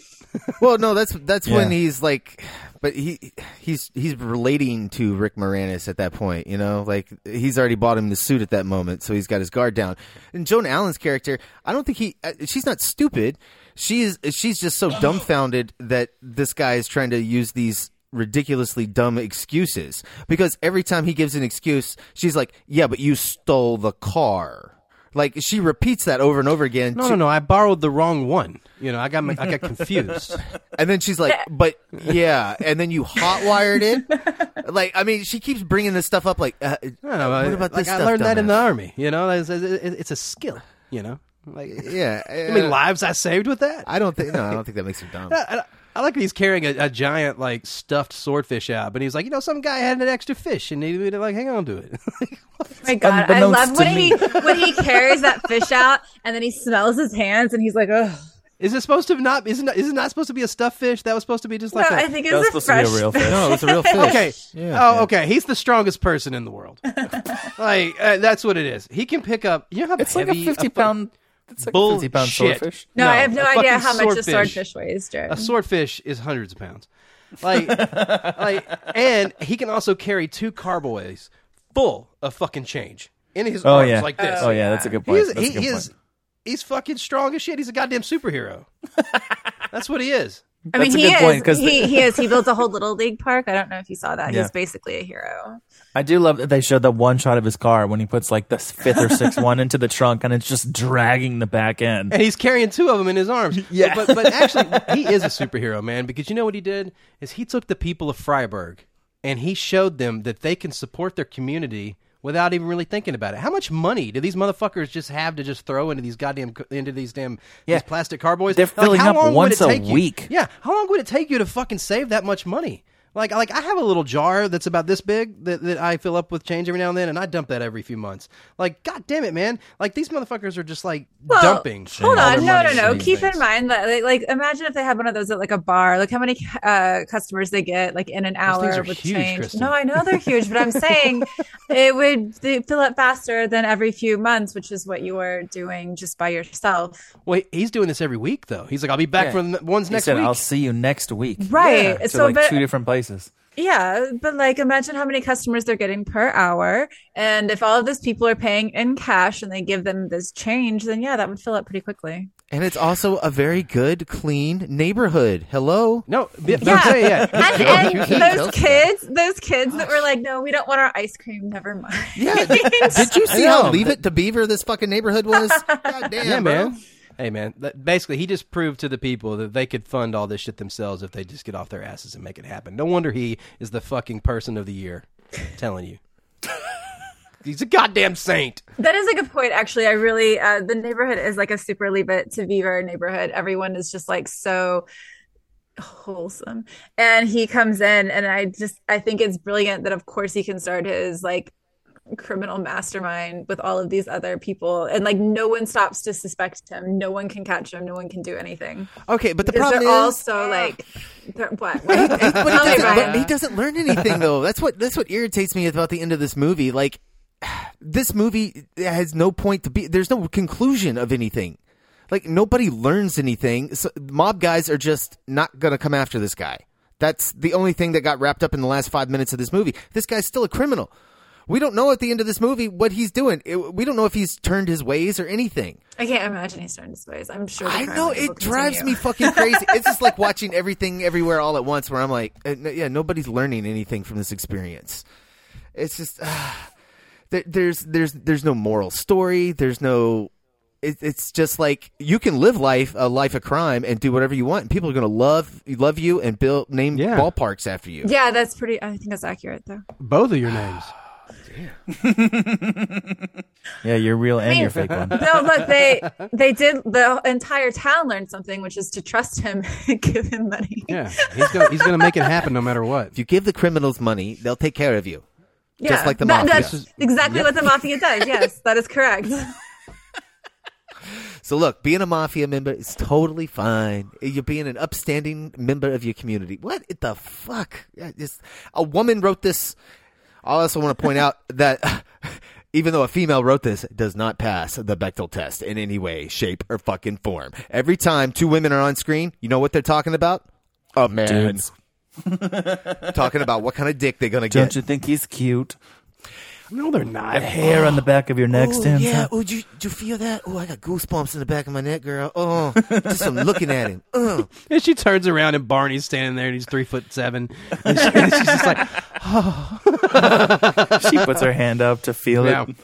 Speaker 2: Well, no, that's that's when
Speaker 8: Yeah.
Speaker 2: he's like, but he he's he's relating to Rick Moranis at that point. You know, like he's already bought him the suit at that moment, so he's got his guard down. And Joan Allen's character, I don't think he uh, she's not stupid. She is she's just so dumbfounded that this guy is trying to use these ridiculously dumb excuses because every time he gives an excuse, she's like, "Yeah, but you stole the car." Like she repeats that over and over again.
Speaker 1: No,
Speaker 2: She-
Speaker 1: no, no. I borrowed the wrong one. You know, I got my, I got confused.
Speaker 2: And then she's like, "But yeah," and then you hotwired it. like, I mean, she keeps bringing this stuff up. Like, uh,
Speaker 1: I don't know,
Speaker 2: what about
Speaker 1: like,
Speaker 2: this?
Speaker 1: I
Speaker 2: stuff,
Speaker 1: learned that in the
Speaker 2: dumbass?
Speaker 1: army. You know, it's, it's, it's a skill. You know, like
Speaker 2: Yeah,
Speaker 1: how many
Speaker 2: uh,
Speaker 1: lives I saved with that.
Speaker 2: I don't think. No, I don't think that makes her dumb.
Speaker 1: I, I- I like that he's carrying a, a giant like stuffed swordfish out, but he's like, you know, some guy had an extra fish and he would like hang on to it.
Speaker 9: Oh my God, I
Speaker 8: unbeknownst
Speaker 9: love
Speaker 8: to
Speaker 9: when he when he carries that fish out, and then he smells his hands, and he's like, "Oh,
Speaker 1: is it supposed to not? Isn't is it not supposed to be a stuffed fish? That was supposed to be just
Speaker 9: no,
Speaker 1: like a
Speaker 9: I think it
Speaker 8: That was
Speaker 9: was a
Speaker 8: supposed
Speaker 9: fresh."
Speaker 8: to be a real fish.
Speaker 2: no, it's a real fish.
Speaker 1: okay.
Speaker 2: Yeah.
Speaker 1: oh, okay. He's the strongest person in the world. like uh, that's what it is. He can pick up. You know how
Speaker 8: It's like
Speaker 1: heavy
Speaker 8: a fifty
Speaker 1: fu-
Speaker 8: pound. It's like a fifty pound
Speaker 1: Bullshit.
Speaker 8: swordfish.
Speaker 9: no, I have no
Speaker 1: a fucking
Speaker 9: idea how much a
Speaker 1: swordfish.
Speaker 9: swordfish weighs, Jared.
Speaker 1: A swordfish is hundreds of pounds. Like, like, and he can also carry two carboys full of fucking change in his
Speaker 8: Oh
Speaker 1: arms
Speaker 8: yeah.
Speaker 1: like this.
Speaker 8: Oh yeah, that's a good point.
Speaker 1: He's,
Speaker 8: That's a
Speaker 1: he
Speaker 8: good point.
Speaker 1: is. He's fucking strong as shit. He's a goddamn superhero. that's what he is.
Speaker 9: I mean,
Speaker 8: That's a
Speaker 9: he
Speaker 8: good
Speaker 9: is.
Speaker 8: point, 'cause
Speaker 9: he,
Speaker 8: the-
Speaker 9: he is. He built a whole little league park. I don't know if you saw that.
Speaker 8: Yeah.
Speaker 9: He's basically a hero.
Speaker 8: I do love that they showed that one shot of his car when he puts like the fifth or sixth one into the trunk and it's just dragging the back end.
Speaker 1: and he's carrying two of them in his arms.
Speaker 8: Yeah.
Speaker 1: but but actually, he is a superhero, man. Because you know what he did is he took the people of Freiburg and he showed them that they can support their community without even really thinking about it. How much money do these motherfuckers just have to just throw into these goddamn into these damn
Speaker 8: Yeah.
Speaker 1: these plastic carboys?
Speaker 8: They're filling
Speaker 1: how
Speaker 8: up
Speaker 1: long would
Speaker 8: once
Speaker 1: it
Speaker 8: a
Speaker 1: take you-
Speaker 8: week.
Speaker 1: Yeah, how long would it take you to fucking save that much money? Like, like I have a little jar that's about this big that, that I fill up with change every now and then, and I dump that every few months. Like, god damn it, man! Like these motherfuckers are just like
Speaker 9: Well,
Speaker 1: dumping.
Speaker 9: Hold
Speaker 1: all
Speaker 9: on,
Speaker 1: their
Speaker 9: no, no,
Speaker 1: money
Speaker 9: no.
Speaker 1: into
Speaker 9: Keep
Speaker 1: things.
Speaker 9: in mind that, like, like, imagine if they had one of those at like a bar. Like, how many uh, customers they get like in an
Speaker 1: things
Speaker 9: hour
Speaker 1: are
Speaker 9: with
Speaker 1: huge,
Speaker 9: change?
Speaker 1: Kristen.
Speaker 9: No, I know they're huge, but I'm saying it would they fill up faster than every few months, which is what you were doing just by yourself,
Speaker 1: Well, he's doing this every week though. He's like, I'll be back
Speaker 8: Yeah.
Speaker 1: for the one's
Speaker 8: He
Speaker 1: next
Speaker 8: said,
Speaker 1: week.
Speaker 8: "I'll see you next week."
Speaker 9: right?
Speaker 8: To
Speaker 9: so,
Speaker 8: like
Speaker 9: but
Speaker 8: two different places.
Speaker 9: yeah, but like, imagine how many customers they're getting per hour, and if all of those people are paying in cash and they give them this change, then yeah, that would fill up pretty quickly.
Speaker 2: And it's also a very good, clean neighborhood. Hello?
Speaker 1: No, yeah,
Speaker 9: and, and those kids, those kids that were like, "No, we don't want our ice cream. Never mind."
Speaker 2: Yeah. Did you see how Leave It to Beaver this fucking neighborhood was? God damn,
Speaker 1: yeah,
Speaker 2: bro.
Speaker 1: man. Hey, man. that- basically, he just proved to the people that they could fund all this shit themselves if they just get off their asses and make it happen. No wonder he is the fucking person of the year. I'm telling you, he's a goddamn saint.
Speaker 9: That is a good point, actually. I really, uh, the neighborhood is like a super leave it to Beaver neighborhood. Everyone is just like so wholesome. And he comes in, and I just, I think it's brilliant that, of course, he can start his like criminal mastermind with all of these other people. And like, no one stops to suspect him. No one can catch him. No one can do anything.
Speaker 2: Okay, but the
Speaker 9: Because
Speaker 2: problem
Speaker 9: they're all
Speaker 2: is-
Speaker 9: so like, they're, what?
Speaker 2: but
Speaker 9: Tell me,
Speaker 2: he doesn't,
Speaker 9: Brian.
Speaker 2: but he doesn't learn anything though. That's what that's what irritates me about the end of this movie. Like this movie has no point to be. There's no conclusion of anything. Like nobody learns anything. So, mob guys are just not gonna come after this guy. That's the only thing that got wrapped up in the last five minutes of this movie. This guy's still a criminal. We don't know at the end of this movie what he's doing. It- we don't know if he's turned his ways or anything.
Speaker 9: I can't imagine he's turned his ways. I'm sure. the
Speaker 2: I
Speaker 9: crime
Speaker 2: know
Speaker 9: wave will
Speaker 2: it drives
Speaker 9: continue.
Speaker 2: me fucking crazy. it's just like watching everything everywhere all at once, where I'm like, uh, n- yeah, nobody's learning anything from this experience. It's just uh, there, there's there's there's no moral story. There's no. It, it's just like you can live life a life of crime and do whatever you want, and people are gonna love love you and build name ballparks after you.
Speaker 9: Yeah, that's pretty. I think that's accurate, though.
Speaker 1: Both of your names.
Speaker 8: Yeah, your real and
Speaker 9: mean,
Speaker 8: your fake one.
Speaker 9: No, but they they did. The entire town learned something, which is to trust him and give him money.
Speaker 1: Yeah, he's gonna he's gonna make it happen no matter what.
Speaker 2: If you give the criminals money, they'll take care of you.
Speaker 9: Yeah,
Speaker 2: Just like the
Speaker 9: that-
Speaker 2: mafia.
Speaker 9: That's exactly what the mafia does. Yes, that is correct.
Speaker 2: So look, being a mafia member is totally fine. You're being an upstanding member of your community. What the fuck? Yeah, just- a woman wrote this. I also want to point out that even though a female wrote this, it does not pass the Bechtel test in any way, shape, or fucking form. Every time two women are on screen, you know what they're talking about? A man.
Speaker 8: Dudes.
Speaker 2: talking about what kind of dick they're gonna
Speaker 8: Don't
Speaker 2: get.
Speaker 8: you think he's cute?
Speaker 1: No, they're not.
Speaker 8: That hair on the back of your neck
Speaker 2: Ooh,
Speaker 8: stands
Speaker 2: yeah.
Speaker 8: out.
Speaker 2: Oh, do you, do you feel that? Oh, I got goosebumps in the back of my neck, girl. Oh, just from looking at him. Oh.
Speaker 1: And she turns around and Barney's standing there and he's three foot seven. And she- she's just like,
Speaker 8: She puts her hand up to feel
Speaker 1: yeah.
Speaker 8: it.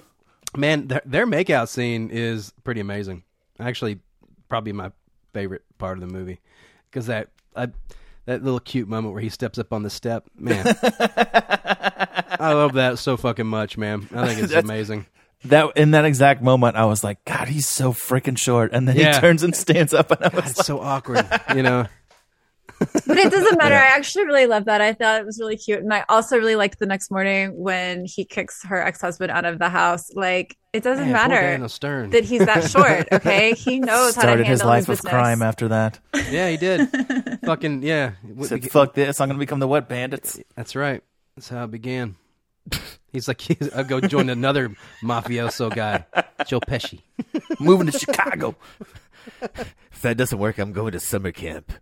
Speaker 1: man, their, their makeout scene is pretty amazing. Actually, probably my favorite part of the movie because that I, that little cute moment where he steps up on the step, man. I love that so fucking much, man. I think it's
Speaker 8: That's-
Speaker 1: amazing.
Speaker 8: That in that exact moment, I was like, God, he's so freaking short. And then
Speaker 1: Yeah.
Speaker 8: he turns and stands up, and I was
Speaker 1: It's so awkward, you know.
Speaker 9: But it doesn't matter. I actually really love that. I thought it was really cute, and I also really liked the next morning when he kicks her ex husband out of the house. Like it doesn't
Speaker 1: Man, poor
Speaker 9: matter
Speaker 1: Daniel Stern.
Speaker 9: that he's that short. Okay, he knows how to handle
Speaker 8: started his life
Speaker 9: his
Speaker 8: of
Speaker 9: business.
Speaker 8: crime after that.
Speaker 1: Yeah, he did. fucking yeah. We-
Speaker 8: Said,
Speaker 1: we-
Speaker 8: "Fuck this! I'm gonna become the wet bandits."
Speaker 1: That's right. That's how it began. He's like, I'll go join another mafioso guy, Joe Pesci.
Speaker 8: Moving to Chicago.
Speaker 2: If that doesn't work, I'm going to summer camp.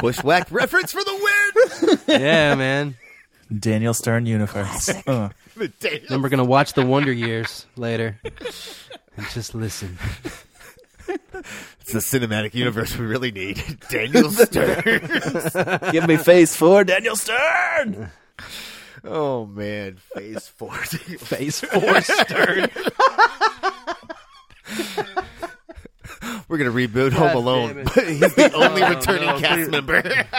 Speaker 2: Bushwhack reference for the
Speaker 1: Yeah, man.
Speaker 8: Daniel Stern universe. Uh,
Speaker 2: win!
Speaker 1: Then we're gonna watch The Wonder Years later, and just listen.
Speaker 2: It's the cinematic universe we really need. Daniel Stern.
Speaker 8: give me phase four, Daniel Stern.
Speaker 2: oh man, phase four.
Speaker 1: Phase four Stern.
Speaker 2: We're gonna reboot Home Alone.
Speaker 1: damn
Speaker 2: He's the only returning cast member.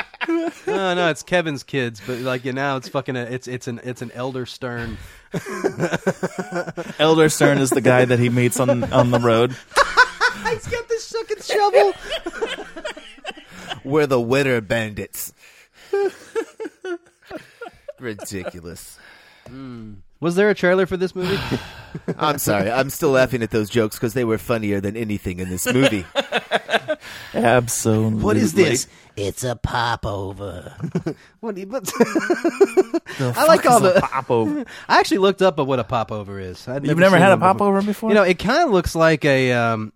Speaker 1: No, no, it's Kevin's kids, but like you know, it's fucking a, it's it's an it's an Elder Stern.
Speaker 8: Elder Stern is the guy that he meets on on the road.
Speaker 1: He's got this fucking shovel.
Speaker 2: We're the winter bandits. Ridiculous.
Speaker 1: Was there a trailer for this movie?
Speaker 2: I'm sorry. I'm still laughing at those jokes because they were funnier than anything in this movie.
Speaker 8: Absolutely.
Speaker 2: What is this?
Speaker 1: It's a popover. what? do you- What?
Speaker 8: I
Speaker 1: like all the-
Speaker 8: popover.
Speaker 1: I actually looked up what a popover is. I'd
Speaker 8: You've never
Speaker 1: seen
Speaker 8: had a
Speaker 1: one before.
Speaker 8: popover before?
Speaker 1: You know, it kind of looks like a. Um,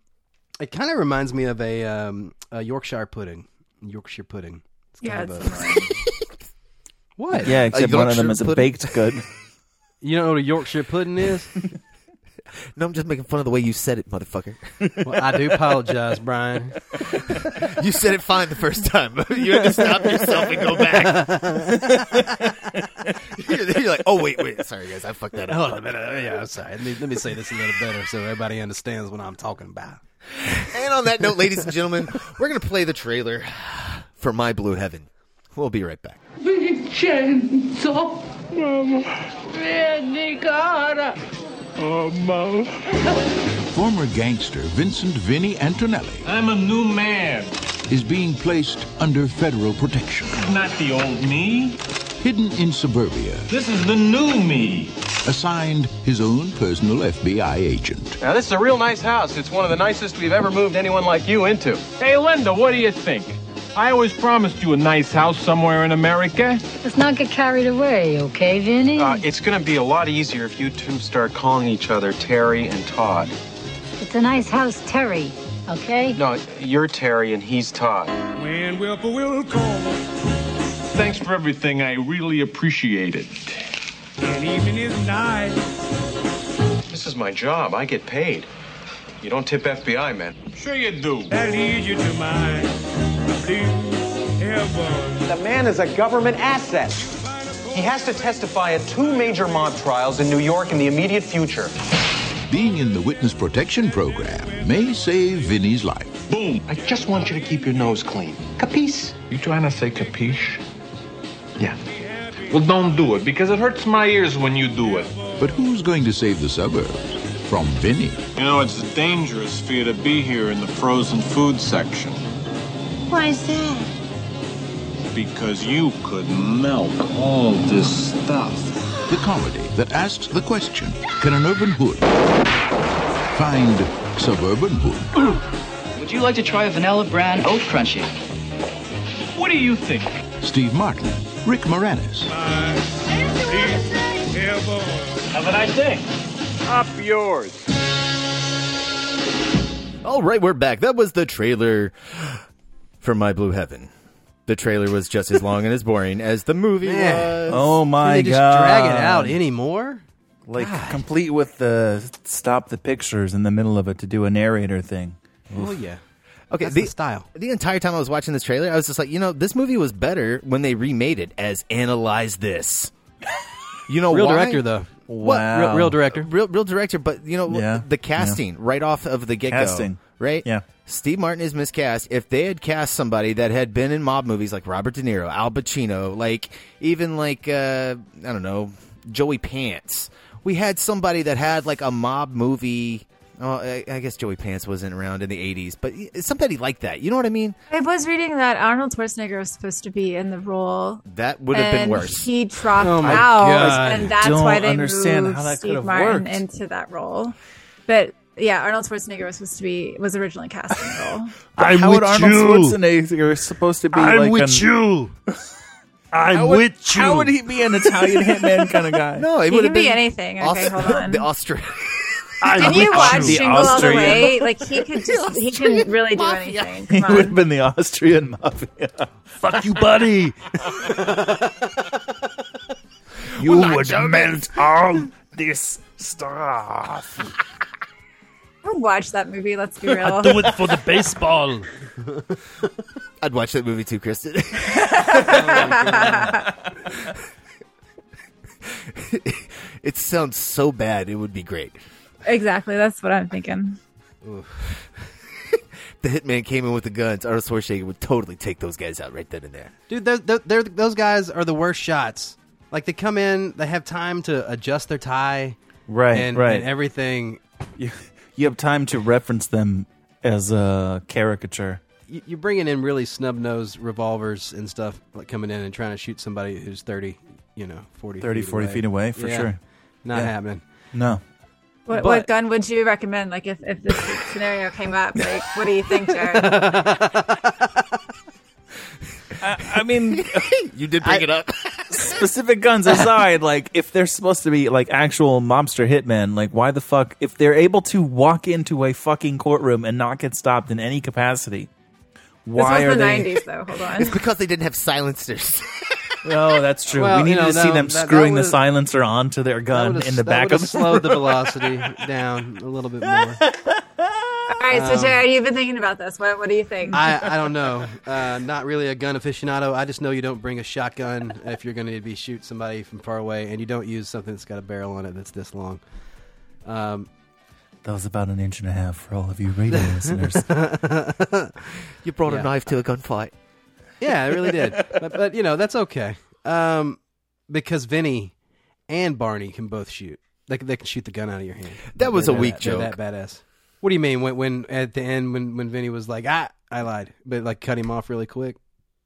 Speaker 1: it kind of reminds me of a, um, a Yorkshire pudding. Yorkshire pudding. It's
Speaker 9: Yeah,
Speaker 1: kind of
Speaker 9: it's
Speaker 1: a, what?
Speaker 8: yeah, except one of them
Speaker 1: Uh,
Speaker 2: Yorkshire
Speaker 8: is a
Speaker 2: pudding.
Speaker 8: baked good.
Speaker 1: You don't know what a Yorkshire pudding is?
Speaker 2: No, I'm just making fun of the way you said it, motherfucker.
Speaker 1: Well, I do apologize, Brian.
Speaker 2: you said it fine the first time. you had to stop yourself and go back. you're, you're like, oh wait, wait, sorry guys, I fucked that up.
Speaker 1: Hold on a minute. Yeah, I'm sorry. Let me, let me say this a little better so everybody understands what I'm talking about.
Speaker 2: And on that note, ladies and gentlemen, we're gonna play the trailer for My Blue Heaven. We'ol be right back.
Speaker 10: Vincenzo. Vieni, cara.
Speaker 11: Former gangster Vincent Vinnie Antonelli. I'm a new man. Is being placed under federal protection.
Speaker 7: Not the old me.
Speaker 11: Hidden in suburbia,
Speaker 7: This is the new me.
Speaker 11: assigned his own personal FBI agent.
Speaker 12: Now, this is a real nice house. It's one of the nicest we've ever moved anyone like you into. Hey, Linda, what do you think?
Speaker 7: I always promised you a nice house somewhere in America.
Speaker 13: Let's not get carried away, okay, Vinny?
Speaker 12: Uh, it's going to be a lot easier if you two start calling each other Terry and Todd.
Speaker 13: it's a nice house, Terry, okay?
Speaker 12: No, you're Terry and he's Todd.
Speaker 7: When Wilbur will call. Thanks for everything. I really appreciate it.
Speaker 10: An evening is nice.
Speaker 12: This is my job. I get paid. You don't tip FBI men.
Speaker 7: Sure you do.
Speaker 10: I lead you to my blue heaven.
Speaker 14: The man is a government asset.
Speaker 12: He has to testify at two major mob trials in New York in the immediate future.
Speaker 11: Being in the witness protection program may save Vinny's life.
Speaker 12: Boom. I just want you to keep your nose clean. Capiche?
Speaker 7: You trying to say capiche? Yeah. Well, don't do it because it hurts my ears when you do it.
Speaker 11: But who's going to save the suburbs from Vinny?
Speaker 7: You know, it's dangerous for you to be here in the frozen food section
Speaker 13: Why is that?
Speaker 7: because you could melt all this stuff.
Speaker 11: The comedy that asks the question Can an urban hood find suburban hood?
Speaker 15: Would you like to try a vanilla bran oat crunchy?
Speaker 7: What do you think?
Speaker 11: Steve Martin, Rick Moranis,
Speaker 7: Have a nice day. Up yours.
Speaker 2: All right, we're back. That was the trailer for My Blue Heaven. The trailer was just as long and as boring as the movie
Speaker 1: Man.
Speaker 2: was.
Speaker 8: Oh my
Speaker 1: Can they just
Speaker 8: god!
Speaker 1: drag it out anymore?
Speaker 8: Like complete with the stop the pictures in the middle of it to do a narrator thing.
Speaker 1: Oh yeah.
Speaker 2: Okay,
Speaker 1: That's
Speaker 2: the,
Speaker 1: the style.
Speaker 2: The entire time I was watching this trailer, I was just like, you know, this movie was better when they remade it as Analyze This. You know,
Speaker 1: Real
Speaker 2: why?
Speaker 1: director though.
Speaker 2: What?
Speaker 1: Real, real director.
Speaker 2: Real, real director, but you know
Speaker 8: Yeah,
Speaker 2: the casting right off of the get go,
Speaker 8: Casting.
Speaker 2: right?
Speaker 8: Yeah.
Speaker 2: Steve Martin is miscast. If they had cast somebody that had been in mob movies like Robert De Niro, Al Pacino, like even like uh, I don't know Joey Pants, we had somebody that had like a mob movie. Oh, I, I guess Joey Pants wasn't around in the '80s, but somebody like that. You know what I mean?
Speaker 9: I was reading that Arnold Schwarzenegger was supposed to be in the role.
Speaker 2: That would have been
Speaker 9: and
Speaker 2: worse.
Speaker 9: He dropped
Speaker 1: Oh my
Speaker 9: out,
Speaker 1: God.
Speaker 9: and that's
Speaker 8: Don't
Speaker 9: why they
Speaker 8: understand
Speaker 9: moved
Speaker 8: how that could
Speaker 9: Steve
Speaker 8: have
Speaker 9: Martin
Speaker 8: worked.
Speaker 9: into that role. But yeah, Arnold Schwarzenegger was supposed to be was originally cast in the role.
Speaker 8: But
Speaker 7: I'm
Speaker 8: how would
Speaker 7: with
Speaker 8: Arnold
Speaker 7: you.
Speaker 8: Schwarzenegger supposed to be
Speaker 7: I'm
Speaker 8: like
Speaker 7: with
Speaker 8: an-
Speaker 7: you. I'm
Speaker 8: How would-
Speaker 7: with you.
Speaker 8: How would he be an Italian hitman kind of guy?
Speaker 2: no, it
Speaker 9: He
Speaker 2: would
Speaker 9: can
Speaker 2: have
Speaker 9: be
Speaker 2: been
Speaker 9: anything. Okay,
Speaker 2: Aus-
Speaker 9: hold on.
Speaker 2: the Austrian.
Speaker 7: I'm
Speaker 9: Can you
Speaker 7: with
Speaker 9: watch
Speaker 8: The
Speaker 9: Jingle All the
Speaker 8: Austrian.
Speaker 9: Way? Like he could just he can really do anything.
Speaker 8: He
Speaker 9: Come
Speaker 8: would have
Speaker 9: on.
Speaker 8: been the Austrian mafia.
Speaker 7: Fuck you, buddy. you would melt all this stuff.
Speaker 9: I'll watch that movie. Let's be real.
Speaker 7: Do it for the baseball.
Speaker 2: I'd watch that movie too, Kristen. it sounds so bad. It would be great.
Speaker 9: Exactly. That's what I'm thinking.
Speaker 2: The hitman came in with the guns. Arnold Schwarzenegger would totally take those guys out right then and there.
Speaker 1: Dude, those those- they're, those guys are the worst shots. Like they come in, they have time to adjust their tie,
Speaker 8: Right,
Speaker 1: and,
Speaker 8: right.
Speaker 1: and everything.
Speaker 8: you, you have time to reference them as a caricature.
Speaker 1: You- You're bringing in really snub nosed revolvers and stuff, like coming in and trying to shoot somebody who's thirty, you know, 40,
Speaker 8: 30,
Speaker 1: feet
Speaker 8: 40
Speaker 1: away.
Speaker 8: feet away, for
Speaker 1: Yeah.
Speaker 8: sure.
Speaker 1: Not
Speaker 8: Yeah.
Speaker 1: happening.
Speaker 8: No.
Speaker 9: What,
Speaker 1: But-
Speaker 9: what gun would you recommend? Like, if, if this scenario came up, like, what do you think, Jared?
Speaker 8: I, I mean,
Speaker 2: You did bring
Speaker 8: I-
Speaker 2: it up.
Speaker 8: specific guns aside, like, if they're supposed to be, like, actual mobster hitmen, like, why the fuck, if they're able to walk into a fucking courtroom and not get stopped in any capacity, why
Speaker 9: this
Speaker 8: are
Speaker 9: was the
Speaker 8: they.
Speaker 9: 90s, though. Hold on.
Speaker 2: It's because they didn't have silencers.
Speaker 8: Oh, that's true.
Speaker 1: Well,
Speaker 8: we need
Speaker 1: you know,
Speaker 8: to see
Speaker 1: no,
Speaker 8: them
Speaker 1: that- that
Speaker 8: screwing the
Speaker 1: would've-
Speaker 8: silencer onto their gun
Speaker 1: would've-
Speaker 8: in the
Speaker 1: that
Speaker 8: back of
Speaker 1: would've
Speaker 8: the
Speaker 1: slowed the
Speaker 8: road.
Speaker 1: velocity down a little bit more.
Speaker 9: All right, so
Speaker 1: Um,
Speaker 9: Jared, you've been thinking about this. What What do you think?
Speaker 1: I, I don't know. Uh, not really a gun aficionado. I just know you don't bring a shotgun if you're going to be shoot somebody from far away, and you don't use something that's got a barrel on it that's this long. Um,
Speaker 8: That was about an inch and a half for all of you radio listeners.
Speaker 2: you brought
Speaker 1: Yeah.
Speaker 2: a knife to a gunfight.
Speaker 1: yeah, I really did. But, but you know that's okay um, because Vinny and Barney can both shoot. They can, they can shoot the gun out of your hand.
Speaker 2: That was
Speaker 1: They're
Speaker 2: a weak
Speaker 1: that, they're
Speaker 2: joke.
Speaker 1: That badass. What do you mean when when at the end when when Vinny was like ah I lied but like cut him off really quick.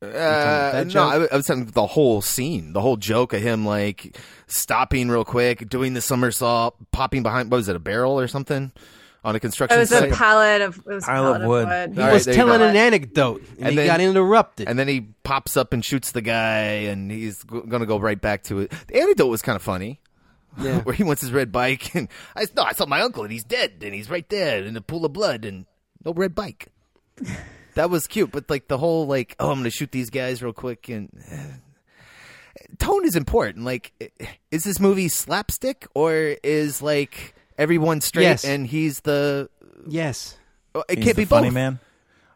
Speaker 1: You talking about
Speaker 2: Uh,
Speaker 1: that
Speaker 2: no,
Speaker 1: joke?
Speaker 2: I, I was saying the whole scene, the whole joke of him like stopping real quick, doing the somersault, popping behind what was it, a barrel or something on a construction
Speaker 9: it was a
Speaker 2: site.
Speaker 9: pallet of it was a
Speaker 2: Pile of
Speaker 9: pallet of
Speaker 2: wood.
Speaker 9: wood.
Speaker 2: He All right, was there you telling go. an
Speaker 1: anecdote, and he got interrupted.
Speaker 2: And then he pops up and shoots the guy, and he's g- going to go right back to it. The anecdote was kind of funny.
Speaker 1: Yeah.
Speaker 2: Where he wants his red bike, and I no, I saw my uncle, and he's dead, and he's right there in a pool of blood, and no red bike. that was cute, but like the whole like, oh, I'm gonna shoot these guys real quick, and tone is important. Like, is this movie slapstick or is like everyone straight
Speaker 1: Yes.
Speaker 2: and he's the oh,
Speaker 1: yes?
Speaker 2: It
Speaker 8: He's
Speaker 2: can't
Speaker 8: the
Speaker 2: be
Speaker 8: funny
Speaker 2: both.
Speaker 8: man.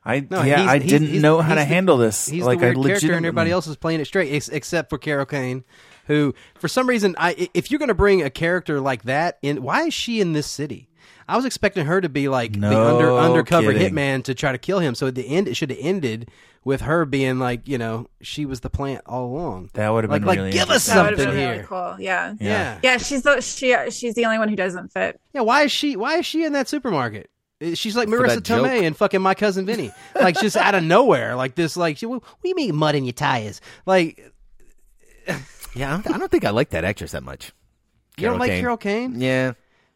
Speaker 8: I
Speaker 1: No,
Speaker 8: yeah,
Speaker 1: he's-
Speaker 8: I
Speaker 1: he's-
Speaker 8: didn't
Speaker 1: he's-
Speaker 8: know how to
Speaker 1: he's the-
Speaker 8: handle this.
Speaker 1: He's
Speaker 8: like
Speaker 1: the weird
Speaker 8: I
Speaker 1: character, and
Speaker 8: legitimately
Speaker 1: everybody else is playing it straight, ex- except for Carol Kane, who, for some reason, I i- if you're going to bring a character like that in, why is she in this city? I was expecting her to be like the under
Speaker 8: No
Speaker 1: undercover
Speaker 8: kidding.
Speaker 1: hitman to try to kill him. So at the end, it should have ended with her being like, you know, she was the plant all along.
Speaker 8: That would have
Speaker 1: like,
Speaker 8: been
Speaker 1: like
Speaker 8: really
Speaker 1: give us
Speaker 9: That would have
Speaker 1: something
Speaker 9: been really
Speaker 1: here.
Speaker 9: cool. Yeah.
Speaker 1: Yeah.
Speaker 9: Yeah. She's the she she's the only one who doesn't fit.
Speaker 1: Yeah, why is she? Why is she in that supermarket? Uh, She's like
Speaker 2: For
Speaker 1: Marissa
Speaker 2: that joke.
Speaker 1: Tomei and fucking my cousin Vinny, like just out of nowhere, like this. Like, she, what do you mean mud in your tires? Like,
Speaker 2: Yeah, I don't, I don't think I like that actress that much.
Speaker 1: You don't like
Speaker 2: Kane.
Speaker 1: Carol Kane?
Speaker 2: Yeah,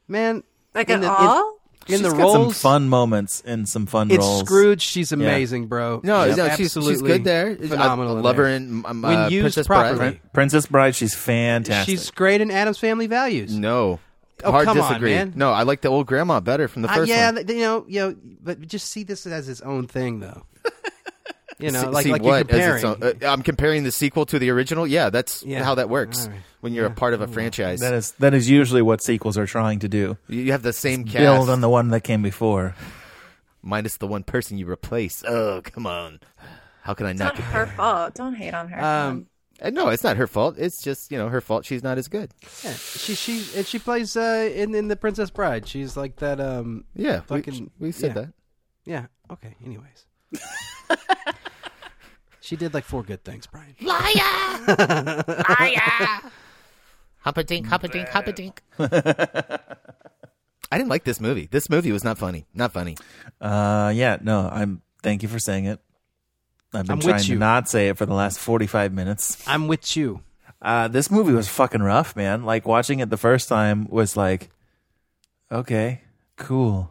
Speaker 1: Man.
Speaker 9: Like
Speaker 1: in
Speaker 9: at
Speaker 1: the, in-
Speaker 9: all?
Speaker 1: In,
Speaker 8: She's
Speaker 1: the
Speaker 8: got
Speaker 1: roles.
Speaker 8: some fun moments and some fun
Speaker 1: it's
Speaker 8: roles.
Speaker 1: Scrooge. She's
Speaker 8: Yeah.
Speaker 1: amazing, bro.
Speaker 2: No,
Speaker 1: She's
Speaker 2: no, she's- she's
Speaker 1: absolutely
Speaker 2: good there. I
Speaker 1: Phenomenal.
Speaker 2: love her
Speaker 1: there.
Speaker 2: in, um,
Speaker 1: when
Speaker 2: uh,
Speaker 1: used
Speaker 2: Princess Bride.
Speaker 1: properly,
Speaker 8: Prin- Princess Bride, she's fantastic.
Speaker 1: she's great in Adam's Family Values.
Speaker 2: No,
Speaker 1: Oh,
Speaker 2: hard
Speaker 1: come on,
Speaker 2: disagree.
Speaker 1: man.
Speaker 2: No, I like the old grandma better from the
Speaker 1: I-
Speaker 2: first
Speaker 1: yeah,
Speaker 2: one.
Speaker 1: th- you know, you know, but just see this as its own thing, though. You know,
Speaker 2: See-
Speaker 1: like
Speaker 2: see
Speaker 1: like
Speaker 2: what
Speaker 1: you're
Speaker 2: as
Speaker 1: comparing.
Speaker 2: its own- uh, I'm comparing the sequel to the original. Yeah, that's
Speaker 1: Yeah.
Speaker 2: how that works.
Speaker 1: All right.
Speaker 2: When you're a part of a franchise,
Speaker 8: That is that is usually what sequels are trying to do.
Speaker 2: you have the same cast.
Speaker 8: Build on the one that came before.
Speaker 2: minus the one person you replace. Oh, come on. How can I
Speaker 9: It's
Speaker 2: not
Speaker 9: not
Speaker 2: compare?
Speaker 9: her fault. Don't hate on her.
Speaker 1: Um,
Speaker 2: Uh, No, it's not her fault. It's just, you know, her fault she's not as good.
Speaker 1: yeah, she she and she plays uh, in in the Princess Bride. She's like that. Um,
Speaker 2: Yeah, we-
Speaker 1: fucking.
Speaker 2: we said
Speaker 1: yeah.
Speaker 2: that.
Speaker 1: Yeah. Okay. Anyways, she did like four good things, Brian.
Speaker 2: Liar! Liar! Hoppadink, hoppadink, hoppadink. I didn't like this movie. This movie was not funny. Not funny.
Speaker 8: Uh, yeah, no, I'm. Thank you for saying it. I've been
Speaker 1: I'm with
Speaker 8: trying to
Speaker 1: you.
Speaker 8: not say it for the last 45 minutes.
Speaker 1: I'm with you.
Speaker 8: Uh, this movie was fucking rough, man. Like watching it the first time was like, okay, cool.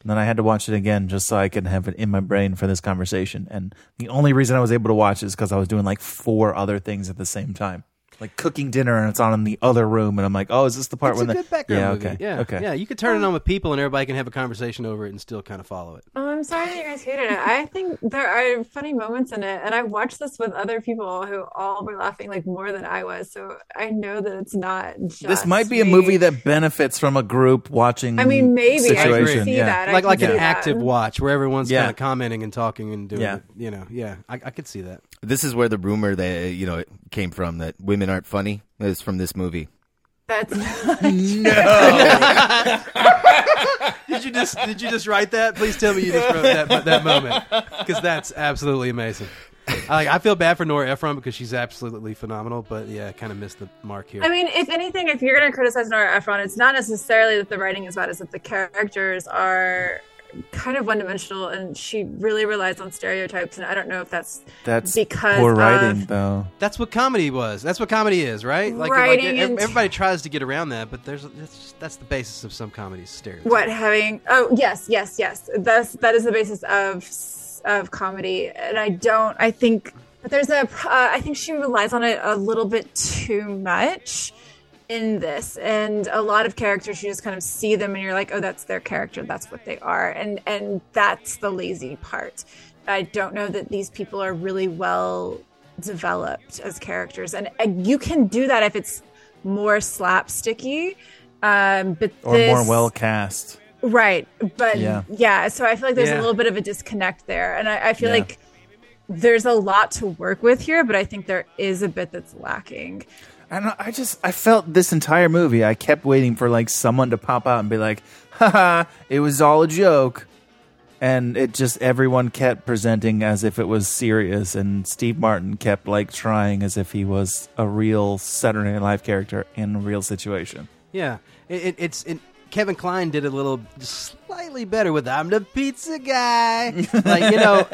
Speaker 8: And then I had to watch it again just so I could have it in my brain for this conversation. And the only reason I was able to watch is because I was doing like four other things at the same time, like cooking dinner, and it's on in the other room, and I'm like, oh, is this the part
Speaker 1: It's a
Speaker 8: when
Speaker 1: good
Speaker 8: the
Speaker 1: background
Speaker 8: yeah,
Speaker 1: movie.
Speaker 8: okay,
Speaker 1: Yeah.
Speaker 8: okay,
Speaker 1: Yeah. You could turn it on with people, and everybody can have a conversation over it and still kind of follow it.
Speaker 9: Oh, I'm sorry that you guys hated it. I think there are funny moments in it, and I watched this with other people who all were laughing like more than I was. So I know that it's not just
Speaker 8: This might be a
Speaker 9: me.
Speaker 8: movie that benefits from a group watching.
Speaker 9: I mean, maybe. I can
Speaker 8: situation.
Speaker 9: see
Speaker 8: yeah.
Speaker 9: that. I
Speaker 1: like
Speaker 9: can
Speaker 1: like
Speaker 9: see
Speaker 1: an
Speaker 9: that.
Speaker 1: active watch where everyone's
Speaker 8: Yeah.
Speaker 1: kind of commenting and talking and doing.
Speaker 8: Yeah.
Speaker 1: it, you know. Yeah. I, I could see that.
Speaker 2: This is where the rumor that, you know, it came from that women aren't funny is from this movie.
Speaker 9: That's
Speaker 1: Did you just did you just write that? Please tell me you just wrote that that moment because that's absolutely amazing. I, I feel bad for Nora Ephron because she's absolutely phenomenal, but yeah, I kind of missed the mark here.
Speaker 9: I mean, if anything, if you're going to criticize Nora Ephron, it's not necessarily that the writing is bad; it's that the characters are kind of one-dimensional, and she really relies on stereotypes. And I don't know if that's
Speaker 8: That's
Speaker 9: because
Speaker 8: poor
Speaker 9: of-
Speaker 8: writing, though.
Speaker 1: that's what comedy was. That's what comedy is, right? Like,
Speaker 9: Writing
Speaker 1: like, ev-
Speaker 9: and-
Speaker 1: everybody tries to get around that, but there's that's, just, that's the basis of some comedies. Stereotypes.
Speaker 9: what having oh yes yes yes that's that is the basis of of comedy and i don't i think but there's a uh, i think she relies on it a little bit too much in this and a lot of characters you just kind of see them and you're like oh that's their character that's what they are and and that's the lazy part i don't know that these people are really well developed as characters, and uh, you can do that if it's more slapsticky. Um, but
Speaker 8: or
Speaker 9: this,
Speaker 8: more well cast.
Speaker 9: Right. But
Speaker 8: Yeah.
Speaker 9: yeah. so I feel like there's
Speaker 8: Yeah.
Speaker 9: a little bit of a disconnect there. And I, I feel
Speaker 8: Yeah.
Speaker 9: like there's a lot to work with here, but I think there is a bit that's lacking.
Speaker 8: I don't know, I just I felt this entire movie. I kept waiting for like someone to pop out and be like, "Haha, it was all a joke," and it just everyone kept presenting as if it was serious, and Steve Martin kept like trying as if he was a real Saturday Night Live character in a real situation.
Speaker 1: Yeah, it, it, it's it, Kevin Klein did a little slightly better with "I'm the pizza guy." like you know,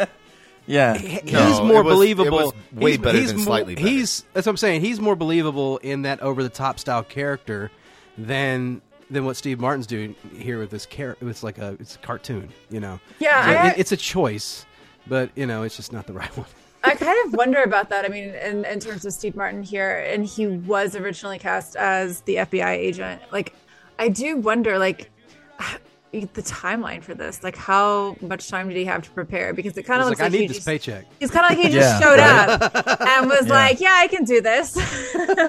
Speaker 8: Yeah,
Speaker 1: he- he's more believable.
Speaker 2: way
Speaker 1: he's,
Speaker 2: better
Speaker 1: he's
Speaker 2: than
Speaker 1: more-
Speaker 2: slightly better.
Speaker 1: He's that's what I'm saying. He's more believable in that over the top style character than than what Steve Martin's doing here with this character. It's like a it's a cartoon, you know.
Speaker 9: Yeah,
Speaker 1: So
Speaker 9: I-
Speaker 1: it- it's a choice, but you know, it's just not the right one.
Speaker 9: I kind of wonder about that. I mean, in, in terms of Steve Martin here, and he was originally cast as the FBI agent. Like, I do wonder, like, the timeline for this. Like, how much time did he have to prepare? Because it kind
Speaker 1: It's
Speaker 9: of
Speaker 1: like,
Speaker 9: looks
Speaker 1: I
Speaker 9: like, he
Speaker 1: need this
Speaker 9: just,
Speaker 1: paycheck.
Speaker 9: he's kind of like he
Speaker 1: Yeah,
Speaker 9: just showed
Speaker 1: right.
Speaker 9: up and was
Speaker 1: Yeah.
Speaker 9: like, "Yeah, I can do this."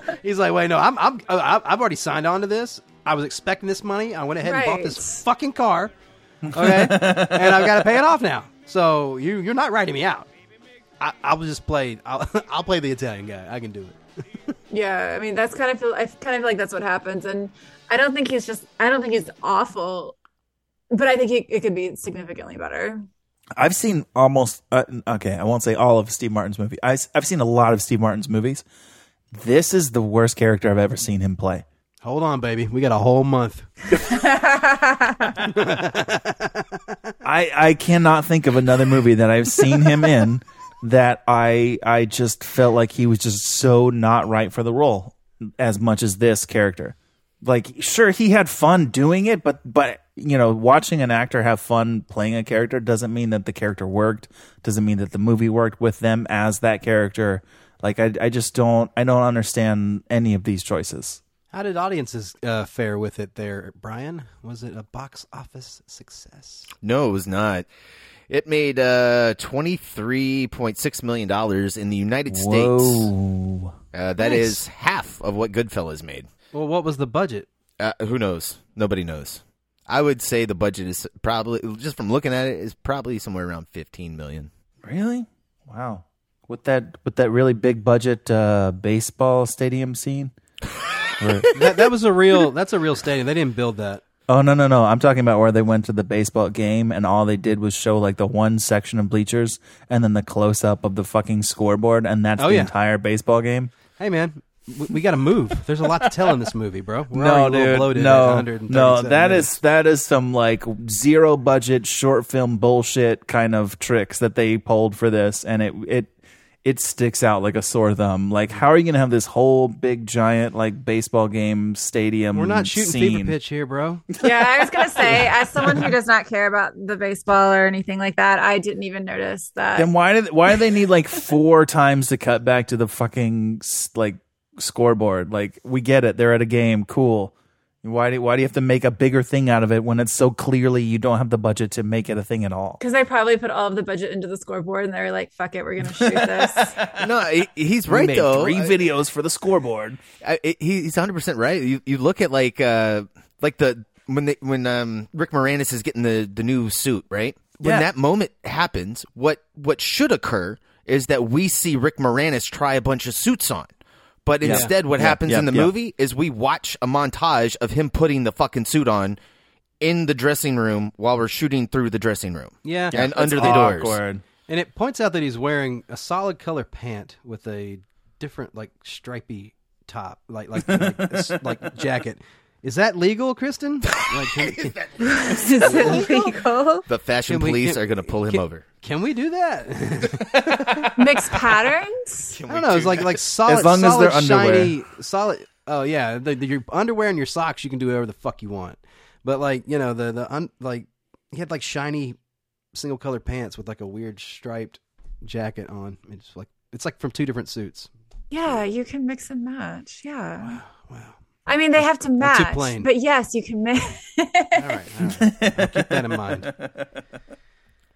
Speaker 1: He's like, wait, no, I'm, I'm, uh, I've already signed on to this. I was expecting this money. I went ahead and bought
Speaker 9: Right.
Speaker 1: this fucking car. Okay, and I've got to pay it off now. So you, you're not writing me out. I, I will just play. I'll, I'll play the Italian guy. I can do it.
Speaker 9: Yeah, I mean that's kind of feel I kind of feel like that's what happens, and I don't think he's just I don't think he's awful, but I think he, it could be significantly better.
Speaker 8: I've seen almost uh, okay. I won't say all of Steve Martin's movie. I, have seen a lot of Steve Martin's movies. This is the worst character I've ever seen him play.
Speaker 1: Hold on, baby. We got a whole month.
Speaker 8: I I cannot think of another movie that I've seen him in that I I just felt like he was just so not right for the role as much as this character. Like sure he had fun doing it but but you know watching an actor have fun playing a character doesn't mean that the character worked, doesn't mean that the movie worked with them as that character. Like I I just don't I don't understand any of these choices.
Speaker 1: How did audiences uh, fare with it there, Brian? Was it a box office success?
Speaker 2: No, it was not. It made uh, twenty three point six million dollars in the United
Speaker 8: Whoa.
Speaker 2: States. Uh, that
Speaker 1: Nice.
Speaker 2: is half of what Goodfellas made.
Speaker 1: Well, what was the budget?
Speaker 2: Uh, who knows? Nobody knows. I would say the budget is probably just from looking at it is probably somewhere around fifteen million.
Speaker 8: Really? Wow. With that with that really big budget uh, baseball stadium scene. Where-
Speaker 1: that, that was a real. That's a real stadium. They didn't build that.
Speaker 8: oh no no no! I'm talking about where they went to the baseball game and all they did was show like the one section of bleachers and then the close up of the fucking scoreboard and that's
Speaker 1: Oh,
Speaker 8: the
Speaker 1: yeah.
Speaker 8: entire baseball game.
Speaker 1: Hey, man, we, we got to move. There's a lot to tell in this movie, bro. We're
Speaker 8: no
Speaker 1: already a little
Speaker 8: dude,
Speaker 1: bloated at
Speaker 8: no,
Speaker 1: 137
Speaker 8: no. That
Speaker 1: minutes.
Speaker 8: is that is some like zero budget short film bullshit kind of tricks that they pulled for this, and it it it sticks out like a sore thumb. Like, how are you gonna have this whole big giant like baseball game stadium?
Speaker 1: We're not shooting
Speaker 8: scene?
Speaker 1: fever pitch here, bro.
Speaker 9: Yeah, I was gonna say, as someone who does not care about the baseball or anything like that, I didn't even notice that.
Speaker 8: Then why did why do they need like four times to cut back to the fucking s- like scoreboard? Like we get it, they're at a game, cool. Why do why do you have to make a bigger thing out of it when it's so clearly you don't have the budget to make it a thing at all?
Speaker 9: Because I probably put all of the budget into the scoreboard, and they were like, "Fuck it, we're gonna shoot this."
Speaker 2: no, he- he's
Speaker 8: We
Speaker 2: right
Speaker 8: made
Speaker 2: though. Uh,
Speaker 8: three videos for the scoreboard.
Speaker 2: I, I- he- he's 100 percent right. You you look at like uh like the when they, when um Rick Moranis is getting the the new suit right. When
Speaker 8: Yeah.
Speaker 2: that moment happens, what what should occur is that we see Rick Moranis try a bunch of suits on. But
Speaker 8: Yeah.
Speaker 2: instead, what
Speaker 8: Yeah,
Speaker 2: happens
Speaker 8: yeah,
Speaker 2: in the
Speaker 8: yeah.
Speaker 2: movie is we watch a montage of him putting the fucking suit on in the dressing room while we're shooting through the dressing room.
Speaker 1: Yeah.
Speaker 2: and
Speaker 1: That's
Speaker 2: under the doors.
Speaker 8: awkward.
Speaker 1: And it points out that he's wearing a solid color pant with a different, like, stripy top, like, like, like, s- like jacket. Is that legal, Kristen? Like, can,
Speaker 9: Is it legal?
Speaker 2: The fashion
Speaker 1: Can we-
Speaker 2: police
Speaker 1: can-
Speaker 2: are going to pull him
Speaker 1: can-
Speaker 2: over.
Speaker 1: can we do that?
Speaker 9: Mixed patterns.
Speaker 1: I don't know. It's like like solid,
Speaker 8: As long as
Speaker 1: solid,
Speaker 8: they're underwear.
Speaker 1: shiny, solid. Oh yeah, the, the, your underwear and your socks, you can do whatever the fuck you want. But like you know the the un, like he had like shiny single color pants with like a weird striped jacket on. It's like it's like from two different suits.
Speaker 9: Yeah, you can mix and match. Yeah. Wow. I mean, they have to
Speaker 1: I'm too
Speaker 9: match,
Speaker 1: plain.
Speaker 9: but yes, you can mix.
Speaker 1: All right, all right. I'll keep that in mind.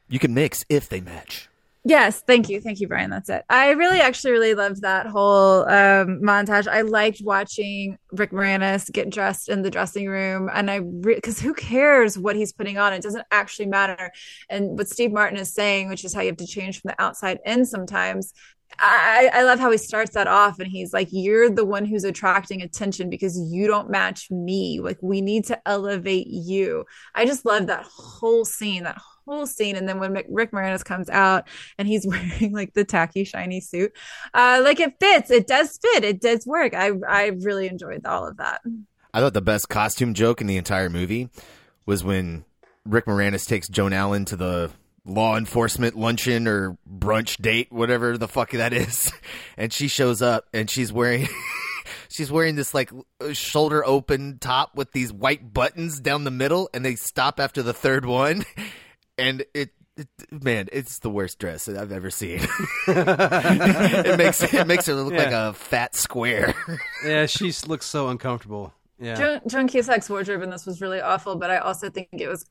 Speaker 2: You can mix if they match.
Speaker 9: Yes, thank you. Thank you, Brian. That's it. I really actually really loved that whole um, montage. I liked watching Rick Moranis get dressed in the dressing room. And I, because who cares what he's putting on? It doesn't actually matter. And what Steve Martin is saying, which is how you have to change from the outside in sometimes, I, I love how he starts that off and he's like, You're the one who's attracting attention because you don't match me. Like, we need to elevate you. I just love that whole scene, that whole scene. And then when Mc- Rick Moranis comes out and he's wearing like the tacky, shiny suit, uh, like it fits. It does fit. It does work. I, I really enjoyed all of that.
Speaker 2: I thought the best costume joke in the entire movie was when Rick Moranis takes Joan Allen to the law enforcement luncheon or brunch date, whatever the fuck that is. And she shows up and she's wearing she's wearing this like shoulder open top with these white buttons down the middle and they stop after the third one. And it, it man, it's the worst dress I've ever seen. it makes it makes her look
Speaker 1: Yeah.
Speaker 2: like a fat square.
Speaker 1: yeah, she s- looks so uncomfortable. Yeah.
Speaker 9: Joan, Joan Cusack's wardrobe in this was really awful, but I also think it was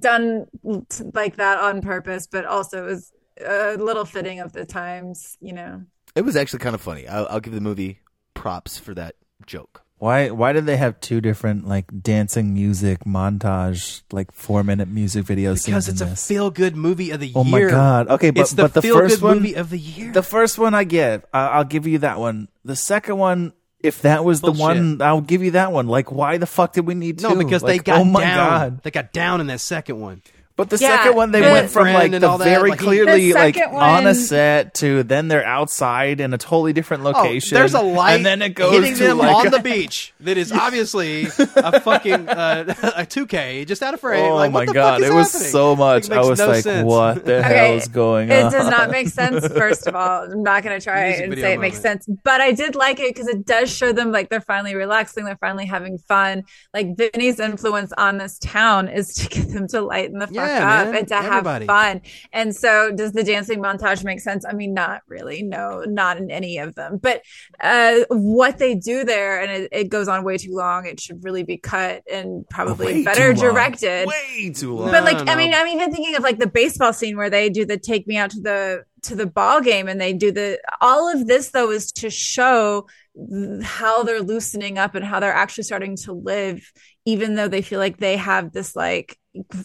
Speaker 9: done t- like that on purpose, but also it was a little fitting of the times, you know.
Speaker 2: It was actually kind of funny. I'll, I'll give the movie props for that joke.
Speaker 8: Why why did they have two different like dancing music montage like 4 minute music video
Speaker 1: because
Speaker 8: scenes in
Speaker 1: it's a
Speaker 8: this?
Speaker 1: feel good movie of the
Speaker 8: Oh my
Speaker 1: year.
Speaker 8: god. Okay, but
Speaker 1: it's the,
Speaker 8: but the
Speaker 1: feel-good
Speaker 8: first one
Speaker 1: movie of the year.
Speaker 8: The first one I give. I- I'll give you that one. The second one if that was the
Speaker 1: Bullshit.
Speaker 8: one, I'll give you that one. Like, why the fuck did we need two?
Speaker 1: No, because they
Speaker 8: Like,
Speaker 1: got
Speaker 8: oh my
Speaker 1: down.
Speaker 8: God.
Speaker 1: They got down in that second one.
Speaker 8: But the second one, they went from like the very clearly like on a set to then they're outside in a totally different location.
Speaker 1: Oh, there's a light
Speaker 8: and then it goes
Speaker 1: hitting
Speaker 8: to
Speaker 1: them
Speaker 8: like
Speaker 1: on the beach that is obviously a fucking uh, a 2K just out of frame.
Speaker 8: Oh
Speaker 1: like,
Speaker 8: my
Speaker 1: what the
Speaker 8: god,
Speaker 1: fuck is
Speaker 8: it was
Speaker 1: happening?
Speaker 8: so much.
Speaker 1: It
Speaker 8: I
Speaker 1: makes
Speaker 8: was
Speaker 1: no
Speaker 8: like,
Speaker 1: sense.
Speaker 8: what the hell is going on?
Speaker 9: It does not make sense, first of all. I'm not going to try
Speaker 8: Music
Speaker 9: and
Speaker 8: video
Speaker 9: say it makes sense, but I did like it because it does show them like they're finally relaxing, they're finally having fun. Like Vinny's influence on this town is to get them to lighten the fuck
Speaker 16: Yeah,
Speaker 9: up
Speaker 16: man.
Speaker 9: and to
Speaker 16: Everybody.
Speaker 9: have fun. And so, does the dancing montage make sense? I mean, not really. No, not in any of them. But uh, what they do there, and it, it goes on way too long. It should really be cut and probably
Speaker 8: Oh, Way
Speaker 9: better
Speaker 8: too long.
Speaker 9: directed
Speaker 8: Way too long.
Speaker 9: but like I mean, I'm even thinking of like the baseball scene where they do the take me out to the to the ball game and they do the all of this though is to show th- how they're loosening up and how they're actually starting to live, even though they feel like they have this like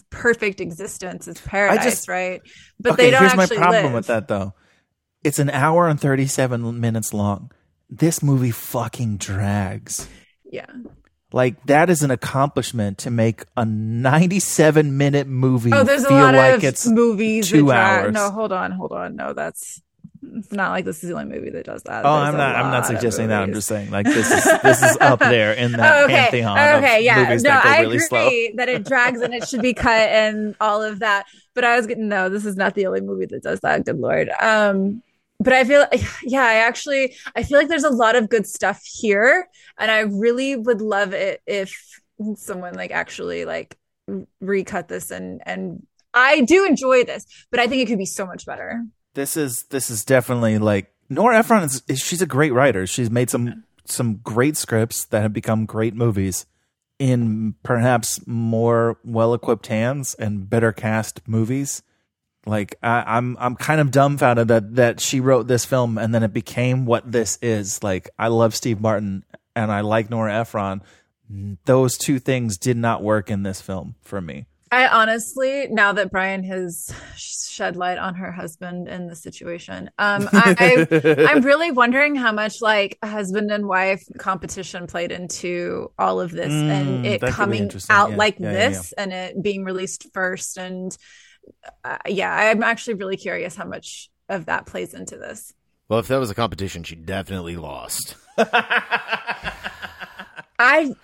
Speaker 9: perfect existence as paradise,
Speaker 8: just-
Speaker 9: right? But
Speaker 8: okay,
Speaker 9: they don't
Speaker 8: here's my
Speaker 9: actually
Speaker 8: problem
Speaker 9: live.
Speaker 8: with that though. It's an hour and thirty seven minutes long. This movie fucking drags.
Speaker 9: Yeah.
Speaker 8: Like that is an accomplishment to make a ninety-seven minute movie
Speaker 9: Oh, there's a
Speaker 8: feel
Speaker 9: lot
Speaker 8: like
Speaker 9: of
Speaker 8: it's
Speaker 9: movies. that
Speaker 8: two
Speaker 9: drag-
Speaker 8: hours.
Speaker 9: No, hold on, hold on. No, that's it's not like this is the only movie that does that.
Speaker 8: Oh,
Speaker 9: There's
Speaker 8: I'm
Speaker 9: a
Speaker 8: not. I'm
Speaker 9: lot
Speaker 8: not
Speaker 9: of
Speaker 8: suggesting that. I'm
Speaker 9: movies.
Speaker 8: just saying like this is this is up there in that
Speaker 9: Oh, okay.
Speaker 8: pantheon
Speaker 9: okay,
Speaker 8: of
Speaker 9: yeah.
Speaker 8: movies
Speaker 9: no,
Speaker 8: that go
Speaker 9: I
Speaker 8: really slow.
Speaker 9: agree that it drags and it should be cut and all of that. But I was getting no, this is not the only movie that does that. Good lord. Um, but I feel yeah, I actually I feel like there's a lot of good stuff here, and I really would love it if someone like actually like recut this and and I do enjoy this, but I think it could be so much better.
Speaker 8: This is this is definitely like Nora Ephron is, is she's a great writer. She's made some some great scripts that have become great movies in perhaps more well-equipped hands and better cast movies. Like I, I'm I'm kind of dumbfounded that that she wrote this film and then it became what this is. Like I love Steve Martin and I like Nora Ephron. Those two things did not work in this film for me.
Speaker 9: I honestly, now that Brian has shed light on her husband and the situation, um, I, I, I'm really wondering how much like husband and wife competition played into all of this
Speaker 16: Mm,
Speaker 9: and it
Speaker 16: that could be
Speaker 9: coming
Speaker 16: interesting.
Speaker 9: out
Speaker 16: Yeah,
Speaker 9: like
Speaker 16: yeah, yeah, yeah.
Speaker 9: this and it being released first. And uh, yeah, I'm actually really curious how much of that plays into this.
Speaker 2: Well, if that was a competition, she definitely lost.
Speaker 9: I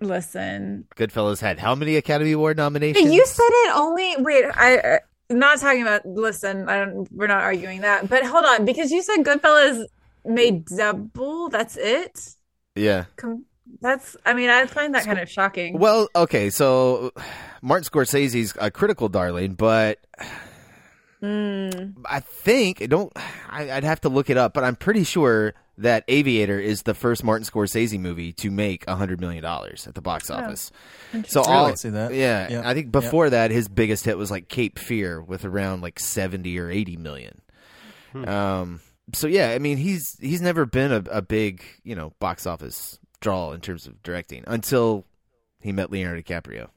Speaker 9: listen.
Speaker 2: Goodfellas had how many Academy Award nominations?
Speaker 9: You said it only. Wait, I. Uh, not talking about. Listen, I don't. We're not arguing that. But hold on, because you said Goodfellas made double. That's it.
Speaker 2: yeah.
Speaker 9: Com- that's. I mean, I find that kind of shocking.
Speaker 2: Well, okay, so Martin Scorsese's a critical darling, but
Speaker 9: Mm.
Speaker 2: I think I don't. I, I'd have to look it up, but I'm pretty sure that Aviator is the first Martin Scorsese movie to make hundred million dollars at the box
Speaker 8: Oh.
Speaker 2: office. So
Speaker 8: Interesting.
Speaker 2: all
Speaker 8: Really? I see that.
Speaker 2: Yeah,
Speaker 8: Yeah.
Speaker 2: I think before that, his biggest hit was like Cape Fear with around like seventy or eighty million. Um, so yeah, I mean he's he's never been a, a big you know box office draw in terms of directing until he met Leonardo DiCaprio,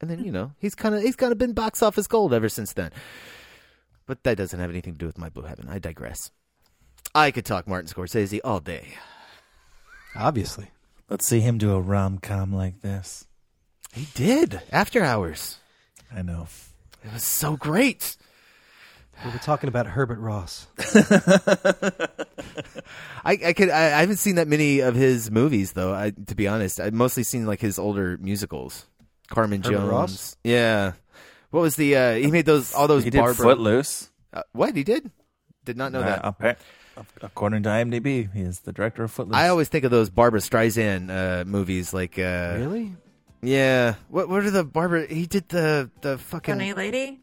Speaker 2: and then you know he's kind of he's kind of been box office gold ever since then. But that doesn't have anything to do with my Blue Heaven. I digress. I could talk Martin Scorsese all day.
Speaker 1: Obviously.
Speaker 8: Let's see him do a rom com like this.
Speaker 2: He did. After Hours.
Speaker 8: I know.
Speaker 2: It was so great.
Speaker 1: We were talking about Herbert Ross.
Speaker 2: I, I could I, I haven't seen that many of his movies though. I, to be honest, I've mostly seen like his older musicals, Carmen
Speaker 8: Herbert
Speaker 2: Jones.
Speaker 8: Ross?
Speaker 2: Yeah, what was the? Uh, he made those all those.
Speaker 8: He did
Speaker 2: Barbara-
Speaker 8: Footloose.
Speaker 2: Uh, what he did? Did not know
Speaker 8: Uh,
Speaker 2: that.
Speaker 8: appa- According to IMDb, he is the director of Footloose.
Speaker 2: I always think of those Barbara Streisand uh, movies, like uh,
Speaker 1: really.
Speaker 2: Yeah. What? What are the Barbara? He did the the fucking
Speaker 9: Funny lady.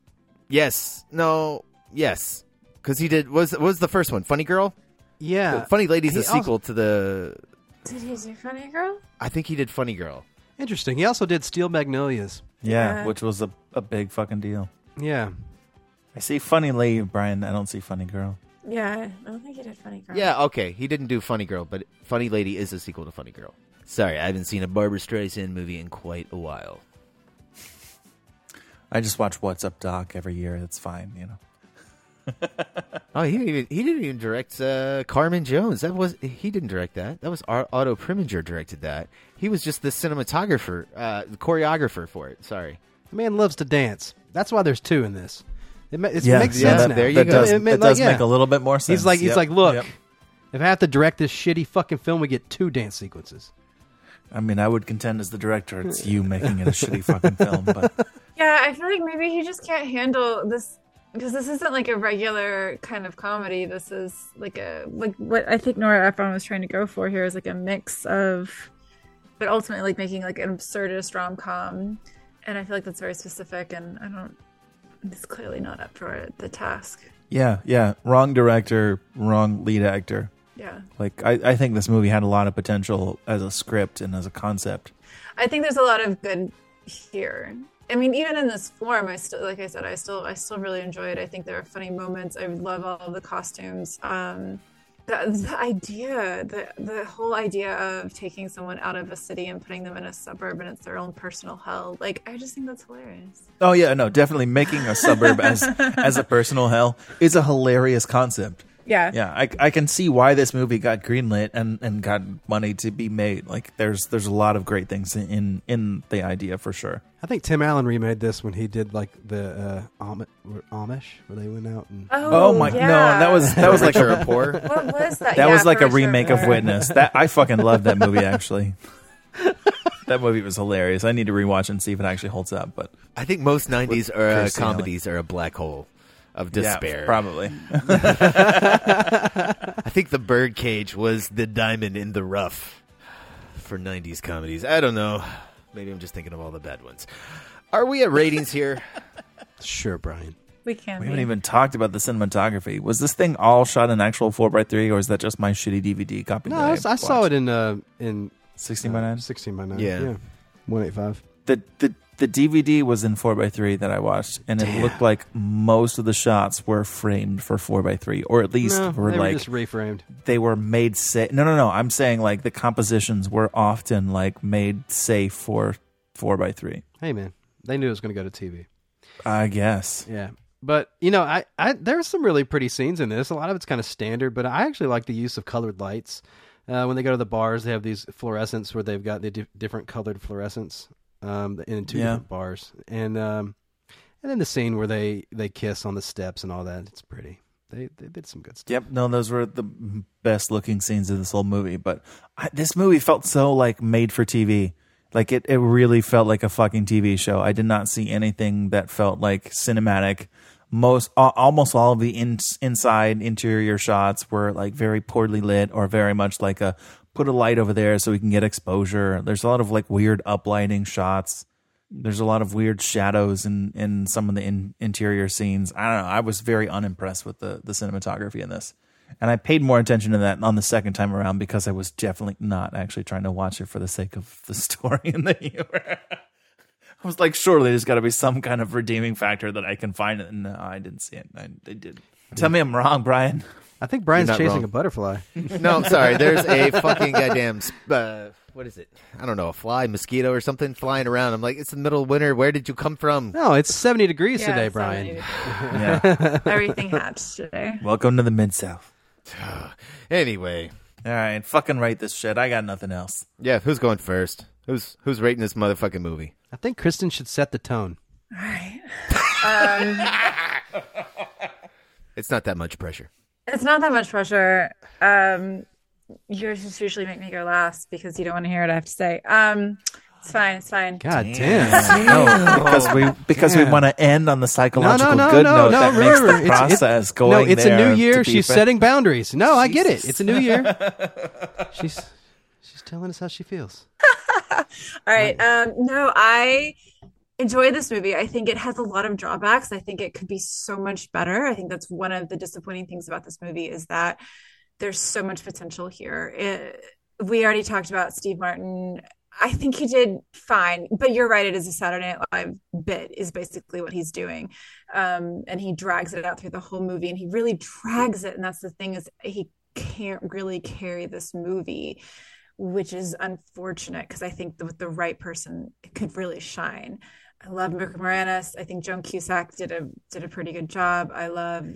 Speaker 2: Yes. No. Yes. Because he did. Was was the first one Funny Girl?
Speaker 1: Yeah.
Speaker 2: Funny Lady's
Speaker 1: Oh, He
Speaker 2: a
Speaker 1: also-
Speaker 2: sequel to the.
Speaker 9: Did he do funny girl?
Speaker 2: I think he did Funny Girl.
Speaker 1: Interesting. He also did Steel Magnolias.
Speaker 8: yeah, which was a, a big fucking deal.
Speaker 1: Yeah.
Speaker 8: I see Funny Lady, Brian. I don't see Funny Girl.
Speaker 9: Yeah, I don't think he did funny girl.
Speaker 2: Yeah. Okay. He didn't do Funny Girl, but Funny Lady is a sequel to Funny Girl. Sorry, I haven't seen a Barbara Streisand movie in quite a while.
Speaker 8: I just watch What's Up Doc every year. It's fine, you know.
Speaker 2: Oh, he didn't even he didn't even direct uh, Carmen Jones. That was he didn't direct that. That was Ar- Otto Preminger directed that. He was just the cinematographer, uh, the choreographer for it. Sorry.
Speaker 1: The man loves to dance. That's why there's two in this. It, ma- it's,
Speaker 2: Yeah,
Speaker 1: it makes
Speaker 2: yeah,
Speaker 1: sense
Speaker 2: that-
Speaker 1: now.
Speaker 2: there you That go. does-
Speaker 1: It ma-
Speaker 2: that does make a little bit more sense.
Speaker 1: He's like, he's
Speaker 2: Yep.
Speaker 1: like, look,
Speaker 2: Yep.
Speaker 1: if I have to direct this shitty fucking film, we get two dance sequences.
Speaker 8: I mean, I would contend as the director, it's you making it a shitty fucking film. But
Speaker 9: Yeah, I feel like maybe he just can't handle this because this isn't like a regular kind of comedy. This is like a like what I think Nora Ephron was trying to go for here is like a mix of, but ultimately like making like an absurdist rom com, and I feel like that's very specific, and I don't. It's clearly not up for it, the task.
Speaker 8: yeah, yeah, wrong director, wrong lead actor.
Speaker 9: Yeah.
Speaker 8: Like I, I think this movie had a lot of potential as a script and as a concept.
Speaker 9: I think there's a lot of good here. I mean, even in this form, I still, like I said, I still, I still really enjoy it. I think there are funny moments. I love all of the costumes. Um, the, the idea, the the whole idea of taking someone out of a city and putting them in a suburb and it's their own personal hell. Like, I just think that's hilarious.
Speaker 8: Oh yeah, no, definitely making a suburb as as a personal hell is a hilarious concept.
Speaker 9: Yeah.
Speaker 8: Yeah, I, I can see why this movie got greenlit and, and got money to be made. Like there's there's a lot of great things in in the idea for sure.
Speaker 1: I think Tim Allen remade this when he did like the uh, Am- were Amish, where they went out and.
Speaker 8: Oh, my no, that was that was like a rapport.
Speaker 9: What was that?
Speaker 8: was
Speaker 9: Yeah,
Speaker 8: like a
Speaker 9: for sure,
Speaker 8: remake of
Speaker 9: for-
Speaker 8: Witness. That I fucking love that movie actually. that movie was hilarious. I need to rewatch and see if it actually holds up. But
Speaker 2: I think most '90s or uh, comedies are a black hole of despair. I think the birdcage was the diamond in the rough for '90s comedies. I don't know. Maybe I'm just thinking of all the bad ones. Are we at ratings here?
Speaker 1: sure, Brian.
Speaker 9: We can.
Speaker 8: We
Speaker 9: be.
Speaker 8: haven't even talked about the cinematography. Was this thing all shot in actual 4x3 or is that just my shitty DVD copy?
Speaker 1: No,
Speaker 8: that
Speaker 1: I, s- I saw
Speaker 8: watched?
Speaker 1: it in uh, in uh,
Speaker 8: sixteen by nine.
Speaker 1: Sixteen by nine.
Speaker 8: Yeah.
Speaker 1: yeah. one eight five.
Speaker 8: The, the, the DVD was in 4x3 that I watched and it
Speaker 1: Damn.
Speaker 8: looked like most of the shots were framed for 4x3 or at least
Speaker 1: No,
Speaker 8: were
Speaker 1: they
Speaker 8: like
Speaker 1: were just reframed.
Speaker 8: they were made safe. No, no, no. I'm saying like the compositions were often like made safe for 4x3.
Speaker 1: Hey man, they knew it was going to go to TV.
Speaker 8: I guess.
Speaker 1: Yeah. But you know, I, I there's some really pretty scenes in this. A lot of it's kind of standard, but I actually like the use of colored lights. Uh, when they go to the bars, they have these fluorescents where they've got the di- different colored fluorescents um, in two
Speaker 8: Yeah.
Speaker 1: different bars, and um, and then the scene where they they kiss on the steps and all that. It's pretty. They they did some good stuff.
Speaker 8: Yep. No, those were the best looking scenes in this whole movie. But I, this movie felt so like made for TV. Like it, it really felt like a fucking TV show. I did not see anything that felt like cinematic. Most, al- almost all of the in, inside interior shots were like very poorly lit or very much like a put a light over there so we can get exposure. There's a lot of like weird uplighting shots. There's a lot of weird shadows in, in some of the in, interior scenes. I don't know. I was very unimpressed with the, the cinematography in this. And I paid more attention to that on the second time around because I was definitely not actually trying to watch it for the sake of the story and the humor. I was like, surely there's got to be some kind of redeeming factor that I can find. And no, I didn't see it. I, I did. Tell me I'm wrong, Brian.
Speaker 1: I think Brian's chasing a butterfly.
Speaker 2: No, sorry. There's a fucking goddamn. sp- Uh, what is it? I don't know. A fly, mosquito, or something flying around. I'm like, it's the middle of winter. Where did you come from?
Speaker 1: No, it's 70 degrees
Speaker 9: Yeah,
Speaker 1: today,
Speaker 9: it's
Speaker 1: Brian.
Speaker 8: Yeah.
Speaker 9: Everything hatched today.
Speaker 8: Welcome to the Mid South.
Speaker 2: anyway.
Speaker 8: All right, fucking rate this shit. I got nothing else.
Speaker 2: Yeah, who's going first? Who's who's rating this motherfucking movie?
Speaker 1: I think Kristen should set the tone.
Speaker 9: Um,
Speaker 2: It's not that much pressure.
Speaker 9: it's not that much pressure. Um, yours just usually make me go last because you don't want to hear what I have to say. Um, it's fine. It's fine.
Speaker 1: God
Speaker 8: Damn. No, because we because we
Speaker 1: Damn.
Speaker 8: want to end on the psychological
Speaker 1: Oh, no, no,
Speaker 8: good
Speaker 1: no,
Speaker 8: note
Speaker 1: no,
Speaker 8: that
Speaker 1: no,
Speaker 8: makes
Speaker 1: no,
Speaker 8: the
Speaker 1: it's- it's-
Speaker 8: process going.
Speaker 1: No, it's a
Speaker 8: there
Speaker 1: new year.
Speaker 8: to
Speaker 1: She's
Speaker 8: be-
Speaker 1: setting boundaries. No, I get it. It's a new year. she's she's telling us how she feels.
Speaker 9: All right. Um, no, I enjoy this movie. I think it has a lot of drawbacks. I think it could be so much better. I think that's one of the disappointing things about this movie is that there's so much potential here. It, we already talked about Steve Martin. I think he did fine, but you're right. It is a Saturday Night Live bit, is basically what he's doing, um, and he drags it out through the whole movie, and he really drags it. And that's the thing is he can't really carry this movie which is unfortunate because I think that with the right person, it could really shine. I love Rick Moranis. I think Joan Cusack did a did a pretty good job. I love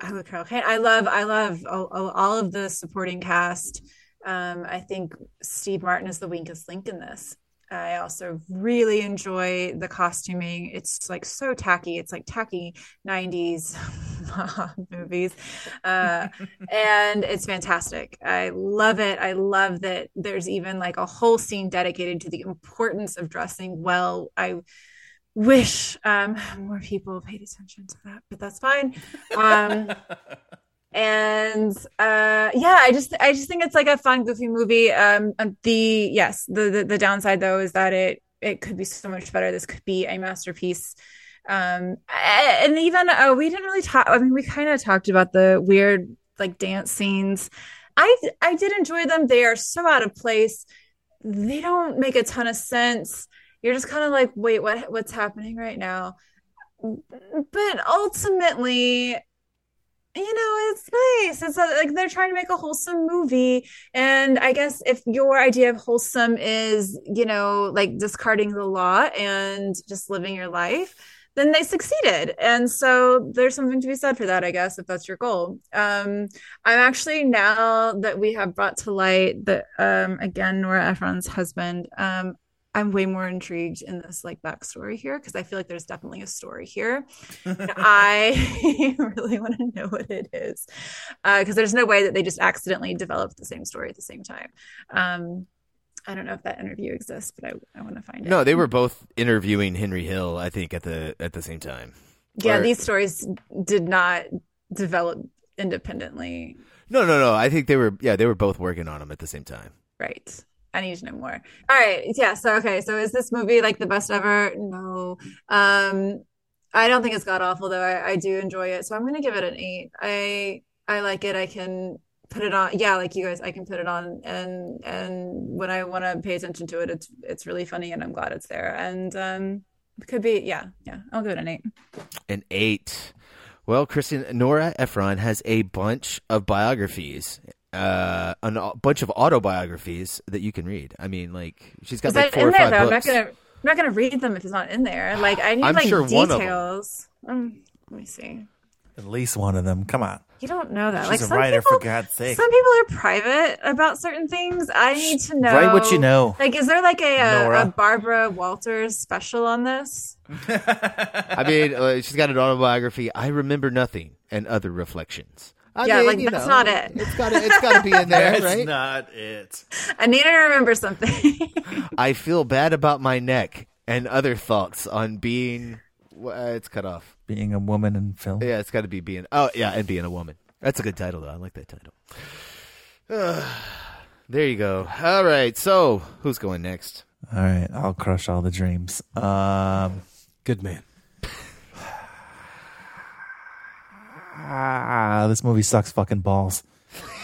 Speaker 9: I love Carol Kane. I love I love all, all- all of the supporting cast. Um, I think Steve Martin is the weakest link in this. I also really enjoy the costuming. It's like so tacky. It's like tacky 90s movies. Uh, and it's fantastic. I love it. I love that there's even like a whole scene dedicated to the importance of dressing well. I wish um, more people paid attention to that, but that's fine. Um, and uh, yeah, I just I just think it's like a fun, goofy movie. Um, um, the yes, the, the the downside though is that it it could be so much better. This could be a masterpiece um a- and even uh, we didn't really talk i mean we kind of talked about the weird like dance scenes i i did enjoy them they are so out of place they don't make a ton of sense you're just kind of like wait what what's happening right now but ultimately you know it's nice it's uh, like they're trying to make a wholesome movie and i guess if your idea of wholesome is you know like discarding the law and just living your life then they succeeded and so there's something to be said for that i guess if that's your goal um i'm actually now that we have brought to light that um again nora ephron's husband um i'm way more intrigued in this like backstory here because i feel like there's definitely a story here and I really want to know what it is because there's no way that they just accidentally developed the same story at the same time. Um, I don't know if that interview exists, but I, I want to find it.
Speaker 2: No, they were both interviewing Henry Hill, I think, at the at the same time.
Speaker 9: Yeah,
Speaker 2: Or-
Speaker 9: these stories did not develop independently.
Speaker 2: No, no, no. I think they were yeah, they were both working on him at the same time.
Speaker 9: Right. I need to know more. All right. Yeah. So, okay. So, is this movie like the best ever? No. Um, I don't think it's god awful though. I, I do enjoy it. So I'm gonna give it an eight. I I like it. I can put it on. Yeah, like you guys, I can put it on and and when I want to pay attention to it, it's it's really funny and I'm glad it's there. And um, it could be yeah, yeah. I'll give it an eight.
Speaker 2: An eight. Well, Kristen Nora Ephron has a bunch of biographies, uh, an, a bunch of autobiographies that you can read. I mean, like she's got
Speaker 9: Is
Speaker 2: like
Speaker 9: that
Speaker 2: four
Speaker 9: in
Speaker 2: or
Speaker 9: there
Speaker 2: five
Speaker 9: though? I'm not
Speaker 2: books.
Speaker 9: gonna I'm not gonna read them if it's not in there. Like I need
Speaker 2: I'm
Speaker 9: like
Speaker 2: sure one of them.
Speaker 9: details. Um, let me see.
Speaker 8: At least one of them. Come on.
Speaker 9: You don't know that.
Speaker 8: She's
Speaker 9: like
Speaker 8: a
Speaker 9: some
Speaker 8: writer,
Speaker 9: people,
Speaker 8: for God's sake.
Speaker 9: Some people are private about certain things. I need to know.
Speaker 8: write what you know,
Speaker 9: Like, is there like a, a,
Speaker 2: Nora.
Speaker 9: a Barbara Walters special on this?
Speaker 2: I mean, uh, she's got an autobiography. I remember nothing and other reflections. I
Speaker 9: yeah,
Speaker 2: mean,
Speaker 9: like
Speaker 2: you
Speaker 9: that's
Speaker 2: know,
Speaker 9: not it.
Speaker 2: It's got it's got to be in there, right?
Speaker 8: not it.
Speaker 9: I need to remember something.
Speaker 2: I feel bad about my neck and other thoughts on being. wh- Uh, it's cut off.
Speaker 8: Being a woman in film.
Speaker 2: Yeah, it's got to be being. Oh, yeah, and being a woman. That's a good title, though. I like that title. there you go. All right. So, who's going next?
Speaker 8: All right, I'll crush all the dreams. Um,
Speaker 1: Good man.
Speaker 8: Ah, this movie sucks fucking balls.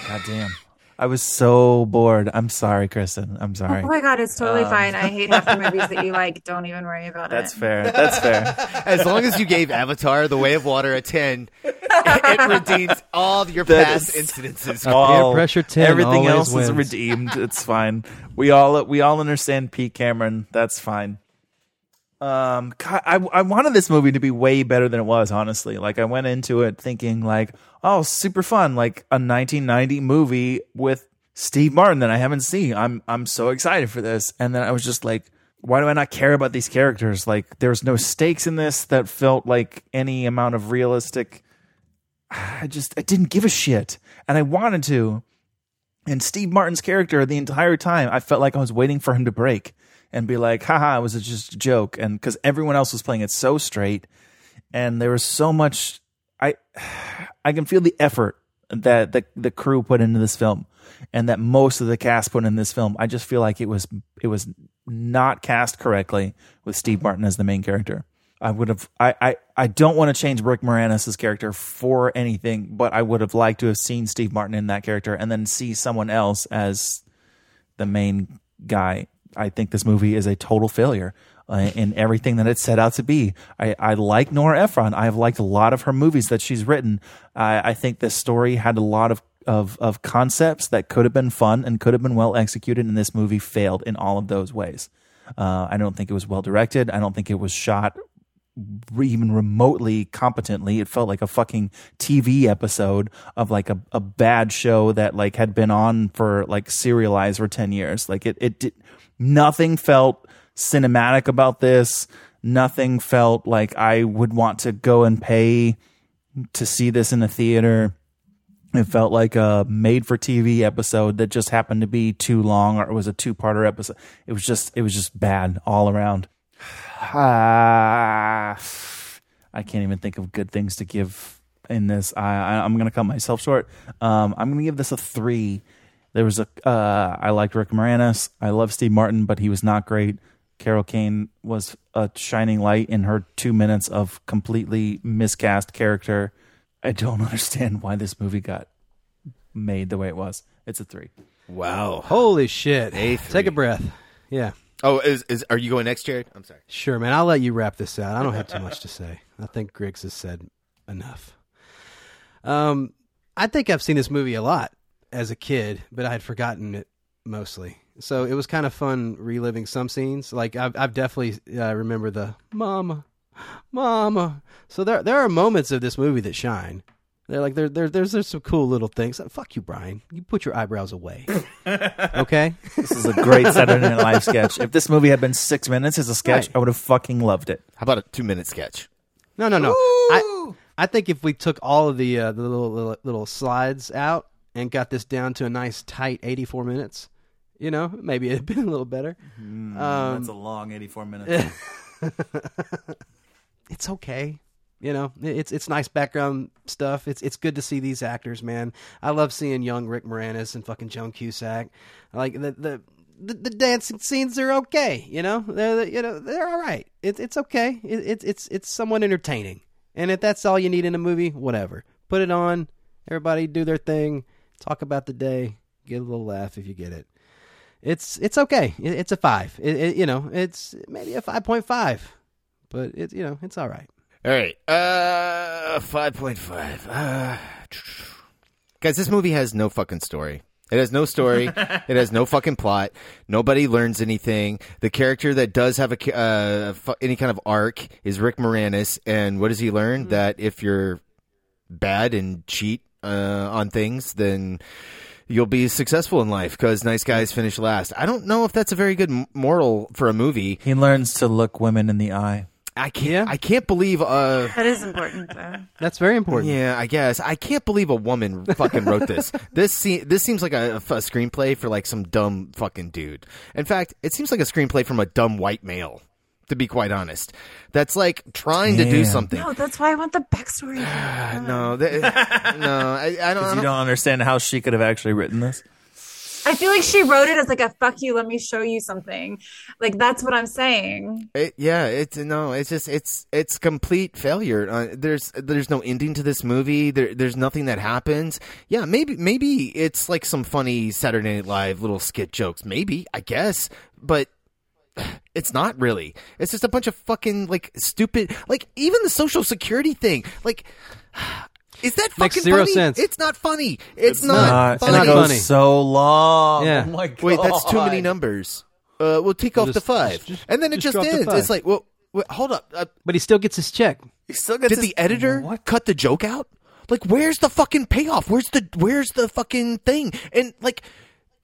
Speaker 8: God damn. I was so bored. I'm sorry, Kristen. I'm sorry.
Speaker 9: Oh my god, it's totally
Speaker 8: Um,
Speaker 9: fine. I hate half the movies that you like. Don't even worry about
Speaker 8: That's
Speaker 9: it.
Speaker 8: fair. That's fair.
Speaker 2: As long as you gave Avatar: The Way of Water a ten, it, it redeems all your
Speaker 8: That
Speaker 2: past
Speaker 8: is
Speaker 2: incidences.
Speaker 8: all-
Speaker 1: pressure 10
Speaker 8: Everything
Speaker 1: always
Speaker 8: else
Speaker 1: wins.
Speaker 8: is redeemed. It's fine. We all we all understand Pete Cameron. That's fine. Um, God, I I wanted this movie to be way better than it was. Honestly, like I went into it thinking like, oh, super fun, like a 1990 movie with Steve Martin that I haven't seen. I'm I'm so excited for this, and then I was just like. Why do I not care about these characters? Like, there's no stakes in this that felt like any amount of realistic I just I didn't give a shit, and I wanted to. And Steve Martin's character, the entire time, I felt like I was waiting for him to break and be like, "Haha, it was just a joke." And because everyone else was playing it so straight, and there was so much, I I can feel the effort that the the crew put into this film, and that most of the cast put in this film. I just feel like it was it was not cast correctly with Steve Martin as the main character. I would have I, I I don't want to change Rick Moranis' character for anything, but I would have liked to have seen Steve Martin in that character and then see someone else as the main guy. I think this movie is a total failure uh, in everything that it set out to be. I, I like Nora Ephron. I've liked a lot of her movies that she's written. I, I think this story had a lot of, of, of concepts that could have been fun and could have been well executed, and this movie failed in all of those ways. Uh, I don't think it was well directed. I don't think it was shot re- even remotely competently. It felt like a fucking TV episode of like a, a bad show that like had been on for like serialized for 10 years. Like it, it did nothing felt cinematic about this. Nothing felt like I would want to go and pay to see this in a theater. It felt like a made for TV episode that just happened to be too long or it was a two parter episode. It was just, it was just bad all around. Ah, I can't even think of good things to give in this. I, I I'm gonna cut myself short. Um, I'm gonna give this a three. There was a uh, I liked Rick Moranis. I love Steve Martin, but he was not great. Carol Kane was a shining light in her two minutes of completely miscast character. I don't understand why this movie got made the way it was. It's a three.
Speaker 1: Wow. Holy shit. Take a breath. Yeah.
Speaker 2: Oh, is, is are you going next, Jared? I'm sorry.
Speaker 1: Sure, man. I'll let you wrap this out. I don't have too much to say. I think Griggs has said enough. Um, I think I've seen this movie a lot as a kid, but I had forgotten it mostly. So it was kind of fun reliving some scenes. Like I've, I've definitely uh, remember the mama, mama. So there, there are moments of this movie that shine. They're like there, there, there's there's some cool little things. Fuck you, Brian. You put your eyebrows away. okay.
Speaker 8: This is a great Saturday Night Live sketch. If this movie had been six minutes as a sketch, I would have fucking loved it.
Speaker 2: How about a two minute sketch?
Speaker 1: No, no, no. I, I think if we took all of the uh, the little, little little slides out and got this down to a nice tight 84 minutes, you know, maybe it'd been a little better. Um,
Speaker 8: Hmm, that's a long 84 minutes.
Speaker 1: it's okay. You know, it- it's it's nice background stuff. It's it's good to see these actors, man. I love seeing young Rick Moranis and fucking Joan Cusack. Like the the the, the dancing scenes are okay. You know, they're you know they're all right. It's it's okay. It, it's it's it's somewhat entertaining. And if that's all you need in a movie, whatever. Put it on. Everybody do their thing. Talk about the day. Get a little laugh if you get it. It's it's okay. It, it's a five. It, it, you know, it's maybe a five point five, but it's you know it's all right.
Speaker 2: All right. Uh, five point five. Uh, guys, this movie has no fucking story. It has no story. it has no fucking plot. Nobody learns anything. The character that does have a ca- uh, fu- any kind of arc is Rick Moranis, and what does he learn? That if you're bad and cheat uh, on things, then you'll be successful in life because nice guys finish last. I don't know if that's a very good m- moral for a movie.
Speaker 8: He learns to look women in the eye.
Speaker 2: I can't. I can't believe. Uh,
Speaker 9: That is important though.
Speaker 1: That's very important.
Speaker 2: Yeah, I guess I can't believe a woman fucking wrote this. this se- this seems like a, a screenplay for like some dumb fucking dude. In fact, it seems like a screenplay from a dumb white male. To be quite honest, that's like trying to do
Speaker 8: Damn.
Speaker 2: something.
Speaker 9: No, that's why I want the backstory.
Speaker 2: No, that, no, I, I don't. I
Speaker 8: You
Speaker 2: don't-
Speaker 8: don't understand how she could have actually written this.
Speaker 9: I feel like she wrote it as like a fuck you, let me show you something. Like that's what I'm saying.
Speaker 2: It, yeah, it's no, it's just it's it's complete failure. Uh, there's there's no ending to this movie. There there's nothing that happens. Yeah, maybe maybe it's like some funny Saturday Night Live little skit jokes. Maybe I guess, but it's not really. It's just a bunch of fucking like stupid. Like even the social security thing. Like. Is that
Speaker 1: Makes
Speaker 2: fucking
Speaker 1: zero
Speaker 2: funny?
Speaker 1: sense.
Speaker 2: It's not funny. It's,
Speaker 8: not.
Speaker 2: not,
Speaker 8: Uh, And
Speaker 2: funny.
Speaker 8: it goes so long.
Speaker 1: Yeah.
Speaker 8: Oh my god.
Speaker 2: Wait, that's too many numbers. Uh, we'll take off
Speaker 1: Just-
Speaker 2: the five,
Speaker 1: just-
Speaker 2: and then it
Speaker 1: just
Speaker 2: just,
Speaker 1: drop the
Speaker 2: ends.
Speaker 1: five.
Speaker 2: It's like, well, wait, hold up. Uh,
Speaker 1: But he still gets his check.
Speaker 8: He still
Speaker 2: did the editor cut the joke out? Like, where's the fucking payoff? Where's the where's the fucking thing? And like,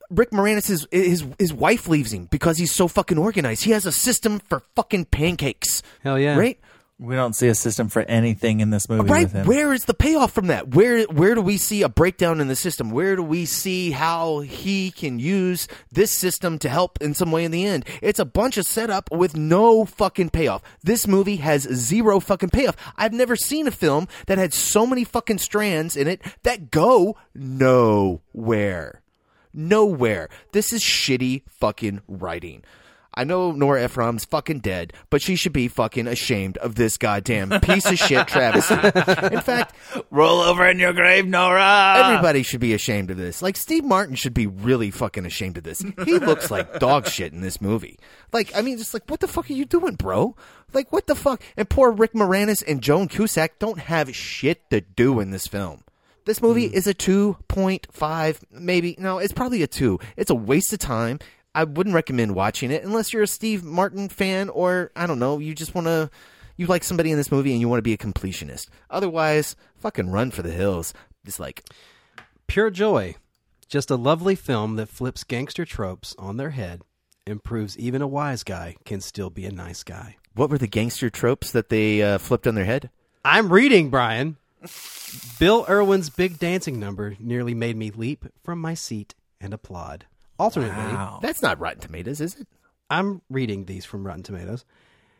Speaker 2: Rick Moranis is his his wife leaves him because he's so fucking organized. He has a system for fucking pancakes.
Speaker 1: Hell yeah.
Speaker 2: Right?
Speaker 8: We don't see a system for anything in this movie
Speaker 2: Right?
Speaker 8: with him.
Speaker 2: Where is the payoff from that? Where where do we see a breakdown in the system? Where do we see how he can use this system to help in some way in the end? It's a bunch of setup with no fucking payoff. This movie has zero fucking payoff. I've never seen a film that had so many fucking strands in it that go nowhere. Nowhere. This is shitty fucking writing. I know Nora Ephron's fucking dead, but she should be fucking ashamed of this goddamn piece of shit travesty. In fact,
Speaker 8: roll over in your grave, Nora.
Speaker 2: Everybody should be ashamed of this. Like Steve Martin should be really fucking ashamed of this. He looks like dog shit in this movie. Like I mean, just like what the fuck are you doing, bro? Like what the fuck? And poor Rick Moranis and Joan Cusack don't have shit to do in this film. This movie is a two point five, maybe no, it's probably a two. It's a waste of time. I wouldn't recommend watching it unless you're a Steve Martin fan or I don't know, you just want to you like somebody in this movie and you want to be a completionist. Otherwise, fucking run for the hills. It's like
Speaker 1: Pure Joy, just a lovely film that flips gangster tropes on their head and proves even a wise guy can still be a nice guy.
Speaker 2: What were the gangster tropes that they uh, flipped on their head?
Speaker 1: I'm reading, Brian. Bill Irwin's big dancing number nearly made me leap from my seat and applaud. Alternately,
Speaker 2: That's not Rotten Tomatoes, is it?
Speaker 1: I'm reading these from Rotten Tomatoes.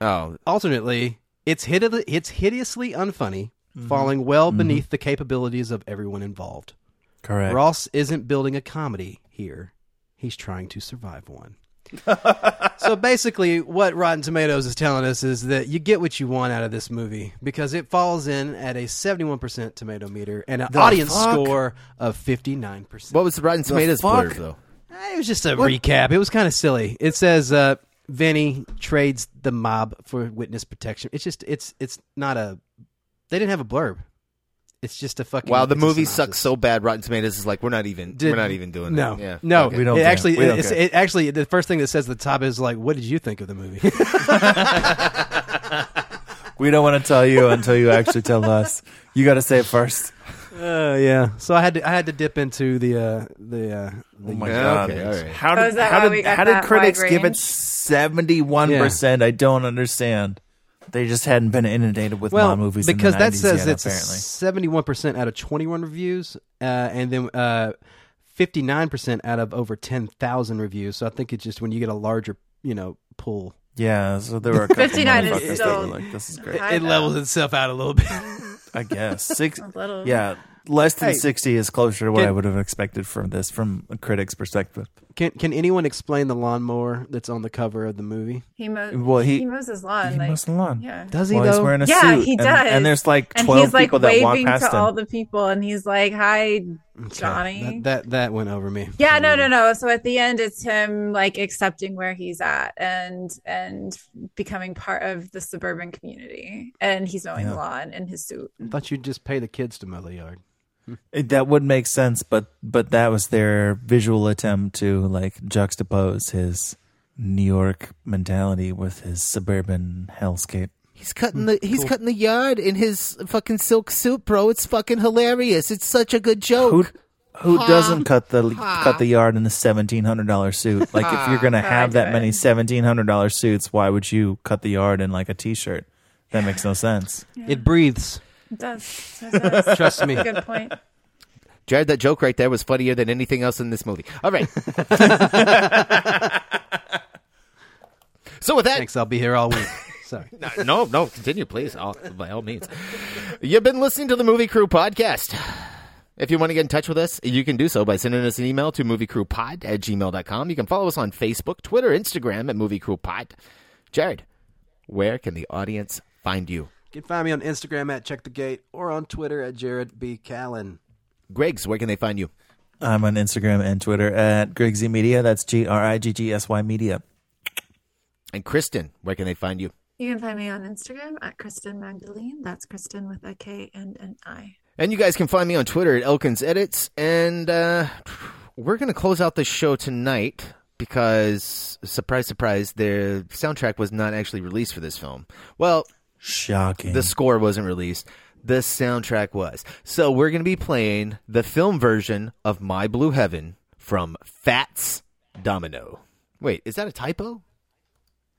Speaker 2: Oh,
Speaker 1: Alternately, it's hide- it's hideously unfunny, falling well beneath the capabilities of everyone involved.
Speaker 8: Correct.
Speaker 1: Ross isn't building a comedy here. He's trying to survive one. so basically, what Rotten Tomatoes is telling us is that you get what you want out of this movie because it falls in at a 71% tomato meter and an
Speaker 2: The
Speaker 1: audience
Speaker 2: fuck?
Speaker 1: score of 59%.
Speaker 2: What was the Rotten Tomatoes blurb, though?
Speaker 1: Eh, It was just a recap. It was kind of silly. It says uh, Vinny trades the mob for witness protection. It's just it's it's not a. They didn't have a blurb. It's just a fucking.
Speaker 2: Wow, the
Speaker 1: it's a
Speaker 2: movie
Speaker 1: synopsis.
Speaker 2: sucks so bad. Rotten Tomatoes is like, we're not even,
Speaker 1: Did-
Speaker 2: we're not even doing
Speaker 1: no,
Speaker 2: that. Yeah,
Speaker 1: no,
Speaker 2: fuck it.
Speaker 1: we don't. It actually, it's,
Speaker 2: care.
Speaker 1: it actually the first thing that says at the top is like, "What did you think of the movie?"
Speaker 8: We don't want to tell you until you actually tell us. You got to say it first.
Speaker 1: uh, yeah. So I had to I had to dip into the uh, the uh, the
Speaker 8: Oh my
Speaker 2: Yeah,
Speaker 8: god!
Speaker 2: okay, all right.
Speaker 8: How
Speaker 9: Oh,
Speaker 8: did
Speaker 9: is that
Speaker 8: how
Speaker 9: why we
Speaker 8: did,
Speaker 9: got
Speaker 8: how did
Speaker 9: that
Speaker 8: critics
Speaker 9: wide
Speaker 8: give it
Speaker 9: range?
Speaker 8: seventy one percent? I don't understand. They just hadn't been inundated with
Speaker 1: well
Speaker 8: mob movies in the
Speaker 1: because that
Speaker 8: 90s
Speaker 1: says
Speaker 8: yet,
Speaker 1: it's
Speaker 8: apparently.
Speaker 1: seventy one percent out of twenty one reviews, uh, and then uh fifty nine percent out of over ten thousand reviews. So I think it's just when you get a larger you know pool,
Speaker 8: Yeah, so there were a couple
Speaker 9: 59 is
Speaker 8: motherfuckers that
Speaker 9: still-
Speaker 8: were like, "This is great."
Speaker 1: it, it levels itself out a little bit.
Speaker 8: I guess six.
Speaker 9: little.
Speaker 8: Yeah, less than
Speaker 1: Hey.
Speaker 8: sixty is closer to what
Speaker 1: Can-
Speaker 8: I would have expected from this, from a critic's perspective.
Speaker 1: can Can anyone explain the lawnmower that's on the cover of the movie?
Speaker 9: He mows.
Speaker 8: Well, he-
Speaker 9: he mows his lawn.
Speaker 8: He
Speaker 9: like,
Speaker 8: mows the lawn.
Speaker 9: Yeah.
Speaker 1: Does he
Speaker 8: Well, he's
Speaker 1: though?
Speaker 8: wearing a
Speaker 9: yeah,
Speaker 8: suit,
Speaker 9: he
Speaker 8: and-
Speaker 9: does.
Speaker 8: And, there's like
Speaker 9: And
Speaker 8: twelve
Speaker 9: he's, like,
Speaker 8: people that walk
Speaker 9: waving
Speaker 8: past
Speaker 9: to
Speaker 8: him.
Speaker 9: all the people, and he's like, "Hi, Johnny."
Speaker 1: That, that that went over me.
Speaker 9: yeah, no, no, no. So at the end, it's him like accepting where he's at and and becoming part of the suburban community. And he's mowing the lawn in his suit.
Speaker 1: I thought you'd just pay the kids to mow the yard.
Speaker 8: It- that would make sense, but but that was their visual attempt to like juxtapose his New York mentality with his suburban hellscape.
Speaker 2: he's cutting the he's cutting the yard in his fucking silk suit, bro. It's fucking hilarious. It's such a good
Speaker 8: Who
Speaker 2: joke.
Speaker 8: who doesn't cut the cut the yard in a seventeen hundred dollar suit? Like if you're gonna have that many seventeen hundred dollar suits, why would you cut the yard in like a t shirt? That makes no sense.
Speaker 1: It breathes.
Speaker 9: It does. It does.
Speaker 1: Trust me.
Speaker 9: Good point.
Speaker 2: Jared, that joke right there was funnier than anything else in this movie. All right. so with that,
Speaker 1: Thanks. I'll be here all week. Sorry.
Speaker 2: Uh, no, no, continue, please. All, by all means. You've been listening to the Movie Crew podcast. If you want to get in touch with us, you can do so by sending us an email to moviecrewpod at gmail.com. You can follow us on Facebook, Twitter, Instagram at moviecrewpod. Jared, where can the audience find you?
Speaker 1: You can find me on Instagram at Check the Gate or on Twitter at Jared B. Callen.
Speaker 2: Greg's, where can they find you?
Speaker 17: I'm on Instagram and Twitter at Greg Z Media. That's G R I G G S Y Media.
Speaker 2: And Kristen, where can they find you?
Speaker 9: You can find me on Instagram at Kristen Magdalene. That's Kristen with a K and an I.
Speaker 2: And you guys can find me on Twitter at Elkins Edits. And uh, we're going to close out the show tonight because, surprise, surprise, the soundtrack was not actually released for this film. Well,
Speaker 17: shocking.
Speaker 2: The score wasn't released. The soundtrack was. So we're going to be playing the film version of My Blue Heaven from Fats Domino. Wait, is that a typo?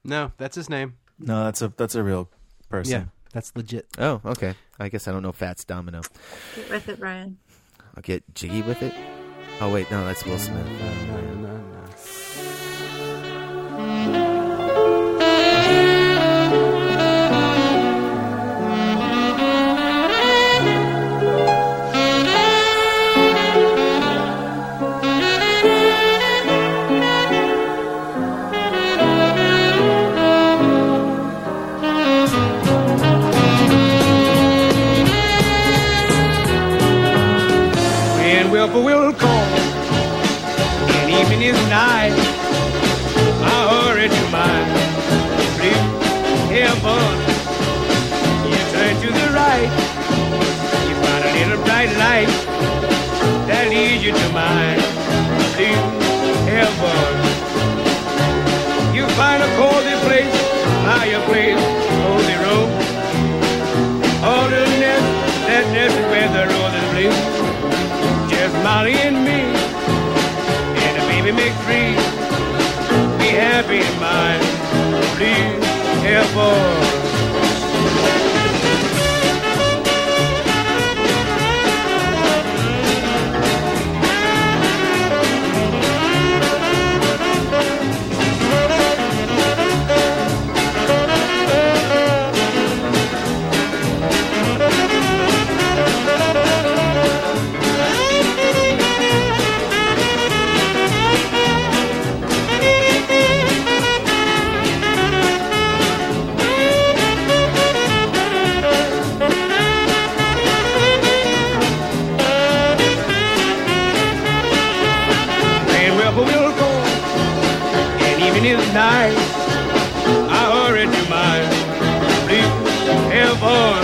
Speaker 1: No, that's his name.
Speaker 17: No, that's a that's a real person.
Speaker 1: Yeah, that's legit.
Speaker 2: Oh, okay. I guess I don't know Fats Domino.
Speaker 9: Get with it, Brian.
Speaker 2: I'll get jiggy with it. Oh wait, no, that's Will Smith.
Speaker 8: And Wilbur will call. And evening is night. I hurry to my blue heaven. You turn to the right. You find a little bright light that leads you to my blue heaven. You find a cozy place, fireplace, cozy room. All the nest, that nest is where the roses bloom just Molly and me and a baby McFree. Be happy in my blue Air Force. and wherever we'll go. And even if night, I hurry to my blue heaven.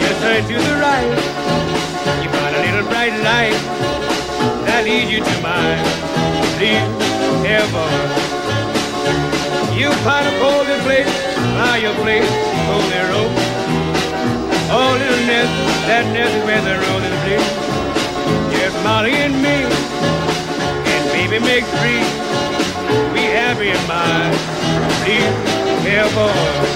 Speaker 8: Just turn to the right, you find a little bright light that leads you to my blue heaven. You find a golden place, fireplace, cozy rope. Oh, little nest, that nest is where the road is blue. Just Molly and me and baby make free. We happy in my deep airborne.